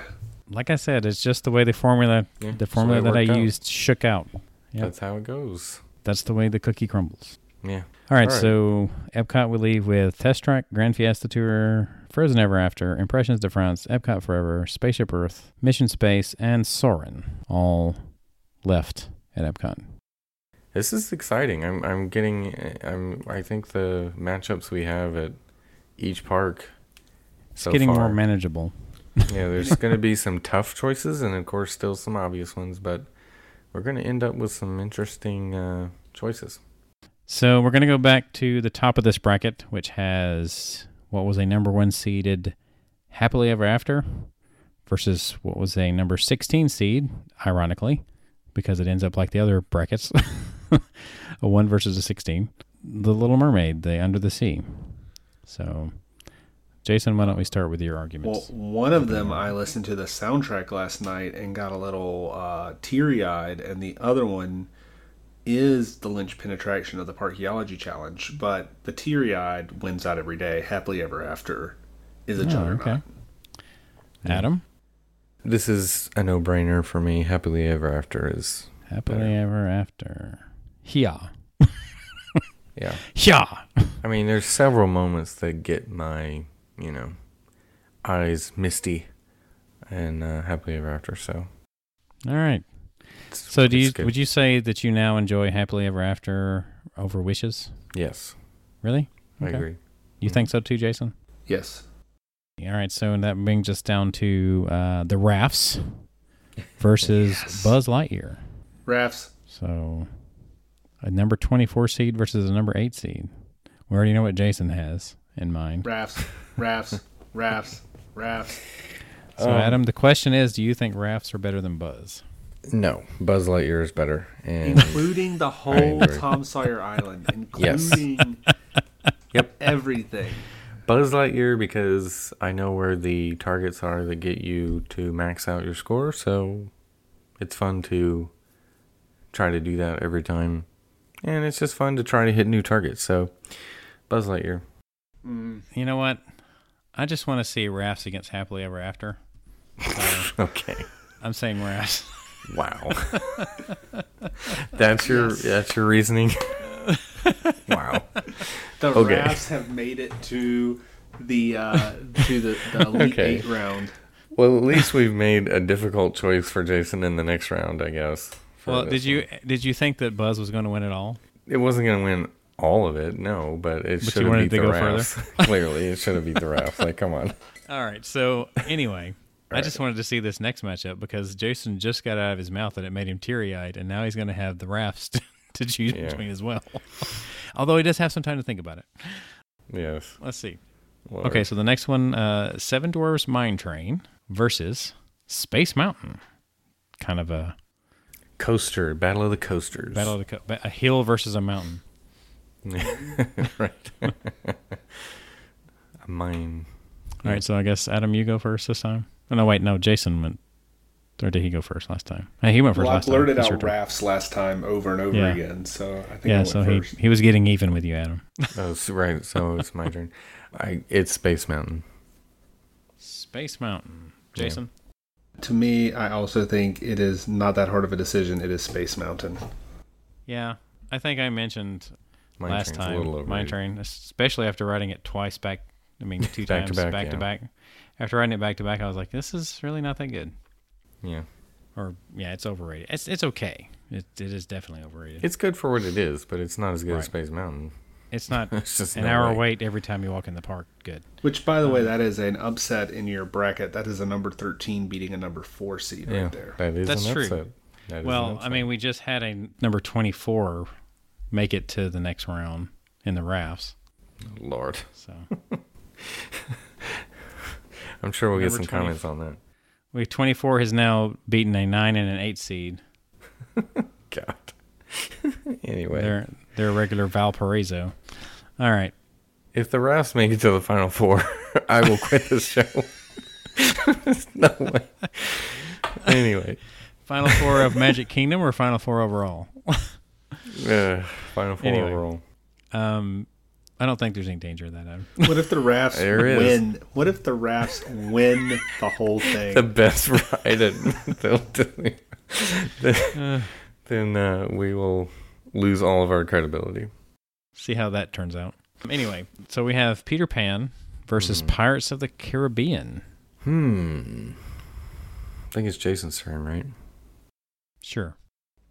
Like I said, it's just the way the formula
Yeah,
the
it's the way
formula
it
that I
worked out.
used shook out. Yep.
That's how it goes.
That's the way the cookie crumbles.
Yeah.
All right,
All right.
so Epcot we leave with Test Track, Grand Fiesta Tour, Frozen Ever After, Impressions de France, Epcot Forever, Spaceship Earth, Mission Space, and Soren all left at Epcot.
This is exciting. I'm I'm getting I'm I think the matchups we have at each park
It's
so
getting
far.
more manageable.
yeah, there's going to be some tough choices and of course still some obvious ones, but we're going to end up with some interesting uh, choices.
So we're going to go back to the top of this bracket, which has what was a number one seeded Happily Ever After versus what was a number 16 seed, ironically, because it ends up like the other brackets *laughs* a 1 versus a 16. The Little Mermaid, the Under the Sea. So, Jason, why don't we start with your
well
arguments?
one of them i listened to the soundtrack last night and got a little uh, teary-eyed and the other one is the linchpin attraction of the parkeology challenge but the teary-eyed wins out every day happily ever after is a
Oh,
juggernaut
okay. Adam,
This is a no-brainer for me. Happily ever after is
Happily
Better.
Ever After. Yeah.
yeah.
Yeah.
I mean, there's several moments that get my, you know, eyes misty and uh, happily ever after, so
All right.
it's,
So do
it's
you
good.
would you say that you now enjoy happily ever after over wishes?
Yes,
Really?
I
Okay.
agree.
You think so too, Jason?
yes
All right. So that brings us down to uh,
*laughs*
the rafts versus
Yes.
Buzz Lightyear.
rafts
So a number twenty-four seed versus a number eight seed. We already know what Jason has in mind.
rafts rafts rafts rafts
So
Um,
Adam, the question is, do you think rafts are better than Buzz?
No, Buzz Lightyear is better. And
including the whole
agree.
Tom Sawyer Island,
Yes.
including
Yep.
everything.
Buzz Lightyear because I know where the targets are that get you to max out your score, so it's fun to try to do that every time. And it's just fun to try to hit new targets. So Buzz Lightyear.
Mm.
You know what? I just want to see rafts against happily ever after. So
*laughs* Okay.
I'm
*laughs*
saying rafts.
Wow. that's your that's your reasoning. *laughs* wow.
The
Okay.
Rafts have made it to the uh, to the,
*laughs*
the Elite
Okay.
Eight round.
Well, at least we've made a difficult choice for Jason in the next round, I guess. for
Well,
this
did
one.
you did you think that Buzz was going to win it all?
It wasn't going to win all of it, no, but it
you
should have
wanted
beat
to
the *laughs*
go *laughs*
Rafts. Clearly, it should have beat the Rafts. Like, come on.
*laughs*
All right. So anyway, I just wanted to see this next matchup because Jason just got out of his mouth and it made him teary eyed, and now he's going to have the rafts *laughs* to, to choose
Yeah.
between as well. *laughs* Although he does have some time to think about it.
Yes.
Let's see.
Lord.
Okay, so the next one uh, Seven Dwarfs Mine Train versus Space Mountain. Kind of a
Coaster, Battle of the Coasters.
battle of the co- a hill versus a mountain.
*laughs* right. *laughs* Mine.
All right, so I guess Adam, you go first this time. Oh, no, wait, no, Jason went, or did he go first last time? Hey, he went first
Well, I
last
blurted
time. It's your
out
turn.
rafts last time over and over
Yeah.
again, so I think I
Yeah,
went
so he,
first.
he was getting even with you, Adam.
Oh, s- right. So it's my turn. *laughs* I, it's Space Mountain.
Space Mountain,
Yeah.
Jason.
To me, I also think it is not that hard of a decision. It is Space Mountain.
Yeah, I think I mentioned
Mine
last
train's a
time
little
mine
overrated.
train, especially after writing it twice back. I
*laughs*
mean, two
Back to
times
back,
back to
yeah.
back. After writing it back to back, I was like, "This is really not that good."
Yeah.
Or yeah, it's overrated. It's it's okay. It it is definitely overrated.
It's good for what it is, but it's not as good as
Right.
Space Mountain. *laughs*
It's not
It's just
an
no
hour
way.
wait every time you walk in the park. Good.
Which, by the
Mm.
way, that is an upset in your bracket. That is a number 13 beating a number 4 seed
Yeah.
right there.
That is
That's
an
true.
upset. That is an
Well, I
upset.
mean, we just had a number twenty-four make it to the next round in the rafts.
Lord. *laughs*
So
I'm sure we'll get
Number
some
20.
comments on that.
we twenty-four has now beaten a nine and an eight seed.
God. *laughs* anyway.
They're they're regular Valparaiso. All right.
If the Rafts make it to the Final Four, *laughs* I will quit this show. *laughs* There's no way. Anyway,
Final four of Magic Kingdom or final four overall?
uh, Final Four
Anyway.
overall.
Um, I don't think there's any danger of that. Adam.
What if
*laughs*
the rafts
There is.
win? What if the rafts win the whole
*laughs*
thing?
The best ride at *laughs* Mount Disney. *sighs* then then uh, we will lose all of our credibility.
See how that turns out. Anyway, so we have Peter Pan versus Pirates of the Caribbean.
Hmm. I think it's Jason's turn, right?
Sure.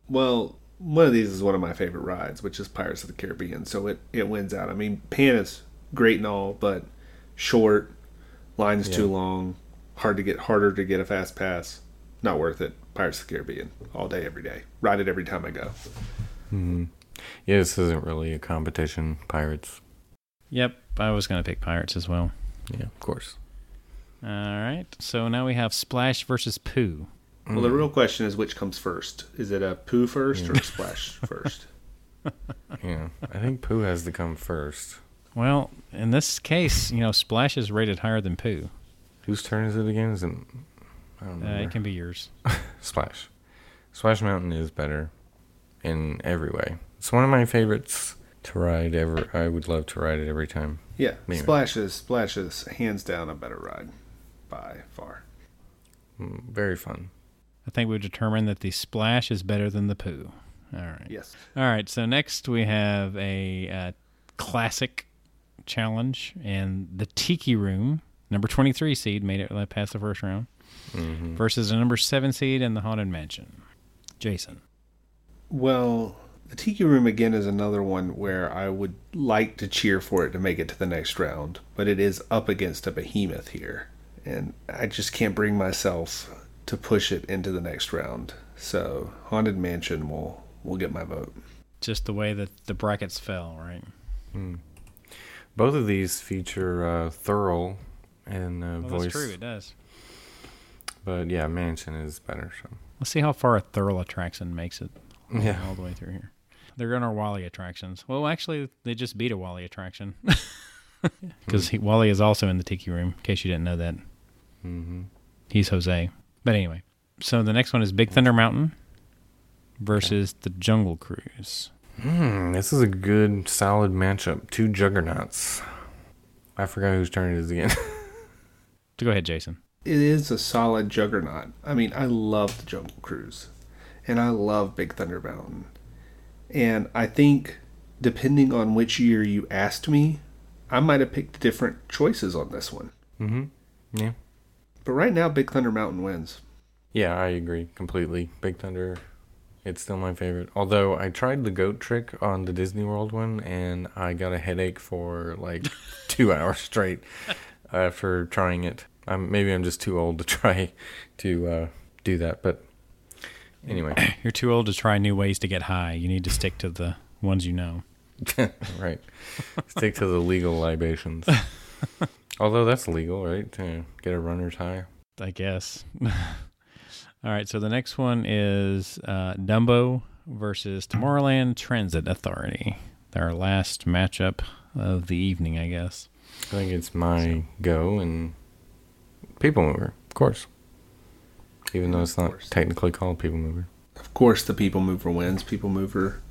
Well, one of these is one of my favorite rides, which is Pirates of the Caribbean. So it, it wins out. I mean, Pan is great and all, but short, lines too long, hard to get harder to get a fast pass. Not worth it. Pirates of the Caribbean all day, every day. Ride it every time I go.
Yeah, this isn't really a competition. Pirates.
Yep, I was going to pick Pirates as well.
Yeah, of course.
All right. So now we have Splash versus Pooh.
Well, the real question is which comes first? Is it a poo first or a splash first?
Yeah. I think Pooh has to come first.
Well, in this case, you know, Splash is rated higher than Pooh.
Whose turn is it again? Is it. I don't
Uh,
know.
it can be yours.
Splash. Splash Mountain is better in every way. It's one of my favorites to ride ever. I would love to ride it every time.
Yeah,
Maybe.
Splash is Splash is hands down a better ride by far.
Mm, Very fun.
I think we've determined that the Splash is better than the Pooh. All right.
Yes.
All right, so next we have a uh, classic challenge, and the Tiki Room, number 23 seed, made it uh, past the first round, versus the number 7 seed in the Haunted Mansion. Jason.
Well, the Tiki Room again is another one where I would like to cheer for it to make it to the next round, but it is up against a behemoth here, and I just can't bring myself to push it into the next round. So Haunted Mansion will will get my vote.
Just the way that the brackets fell, right?
Both of these feature uh, Thurl and uh,
Well,
voice.
Oh, that's true, it does.
But yeah, Mansion is better. So
Let's see how far a Thurl attraction makes it all-
Yeah.
all the way through here. They're in our Wally attractions. Well, actually, they just beat a Wally attraction. *laughs* Because Wally is also in the Tiki Room, in case you didn't know that. Mm-hmm.
hmm
He's Jose. But anyway, so the next one is Big Thunder Mountain versus the Jungle Cruise.
Hmm, this is a good, solid matchup. Two juggernauts. I forgot whose turn it is again. *laughs*
To go ahead, Jason.
It is a solid juggernaut. I mean, I love the Jungle Cruise, and I love Big Thunder Mountain, and I think depending on which year you asked me, I might have picked different choices on this one.
mm-hmm. Yeah.
But right now, Big Thunder Mountain wins.
Yeah, I agree completely. Big Thunder, it's still my favorite. Although I tried the goat trick on the Disney World one and I got a headache uh, for like two hours straight after trying it. I'm, maybe I'm just too old to *laughs* try to uh, do that. But anyway, *laughs*
You're too old to try new ways to get high. You need to stick to the ones you know.
right. Stick to the legal libations. Although that's legal, right? To get a runner's high.
I guess. *laughs* All right, so the next one is uh, Dumbo versus Tomorrowland Transit Authority. Their last matchup of the evening, I guess.
I think it's my go and people mover, of course. Even though it's not
course.
technically called people mover.
Of course, the People Mover wins. People Mover,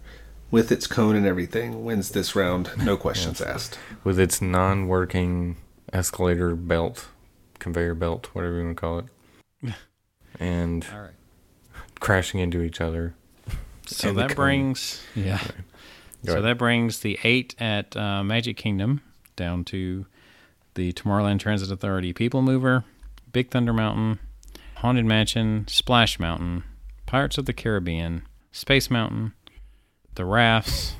with its cone and everything, wins this round. *laughs* No questions asked.
with its non-working escalator belt, conveyor belt, whatever you want to call it, *laughs* and
All right.
crashing into each other.
So
And the
that
cone.
brings yeah.
Go
So
ahead.
that brings the eight at uh, Magic Kingdom down to the Tomorrowland Transit Authority People Mover, Big Thunder Mountain, Haunted Mansion, Splash Mountain, Pirates of the Caribbean, Space Mountain,
*laughs*
the rafts,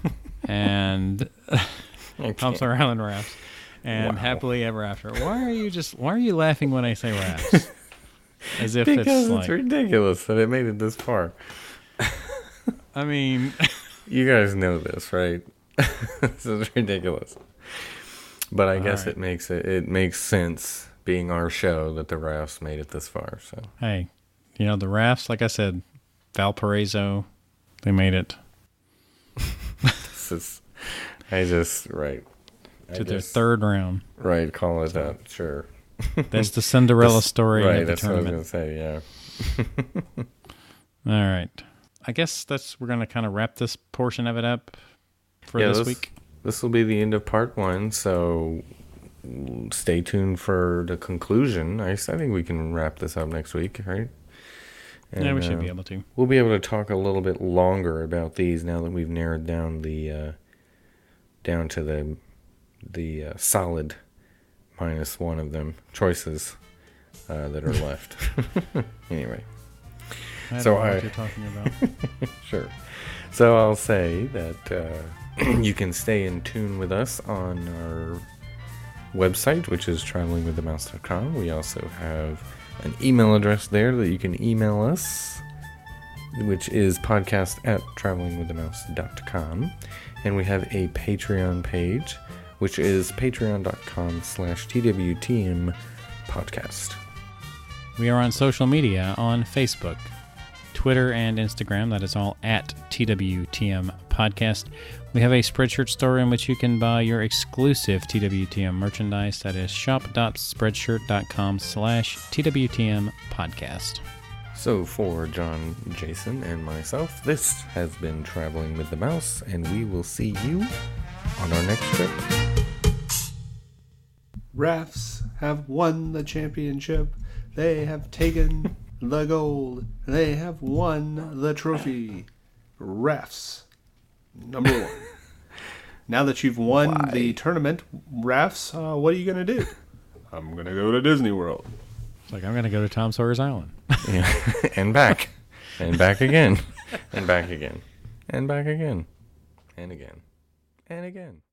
and *laughs*
I can't-
Thompson Island rafts, and
Wow.
Happily Ever After. Why are you just Why are you laughing when I
*laughs*
say rafts? As if
because
it's
it's,
like
ridiculous that it made it this far.
I mean,
You guys know this, right? *laughs* this is ridiculous. But I guess
right.
it makes it it makes sense being our show that the rafts made it this far. So
hey, you know the rafts. Like I said, Valparaiso, they made it.
this is I just right I
to their
just- *laughs*
third round.
right call it that sure
That's the Cinderella
That's-
story
right
of the
that's what I was
tournament.
gonna say yeah
All right. I guess that's we're gonna kind of wrap this portion of it up for
Yeah,
this
let's-
week.
This will be the end of part one, so stay tuned for the conclusion. I, s- I think we can wrap this up next week, right?
yeah, we
And,
should
uh,
be able to.
We'll be able to talk a little bit longer about these now that we've narrowed down the uh, down to the the uh, solid minus one of them choices uh, that are left. *laughs* anyway.
I
so
don't know
I-
what you're talking about.
Sure. So I'll say that uh, *clears throat* you can stay in tune with us on our website, which is travelingwiththemouse.com. We also have an email address there that you can email us, which is podcast at travelingwiththemouse.com. And we have a Patreon page, which is patreon.com slash twtm podcast.
We are on social media on Facebook, Twitter, and Instagram. That is all at TWTM Podcast. We have a Spreadshirt store in which you can buy your exclusive TWTM merchandise. That is shop.spreadshirt.com slash TWTM Podcast.
So, for John, Jason, and myself, this has been Traveling with the Mouse, and we will see you on our next trip. *laughs*
Rafts have won the championship. They have *laughs* taken the gold. They have won the trophy. Rafts, number *laughs* one. now that you've won the tournament, Rafts, uh, what are you going to do? I'm going to go to Disney World.
It's like, I'm going to go to Tom Sawyer's Island.
Yeah. and back. And back again. And back again. And back again. And again. And again.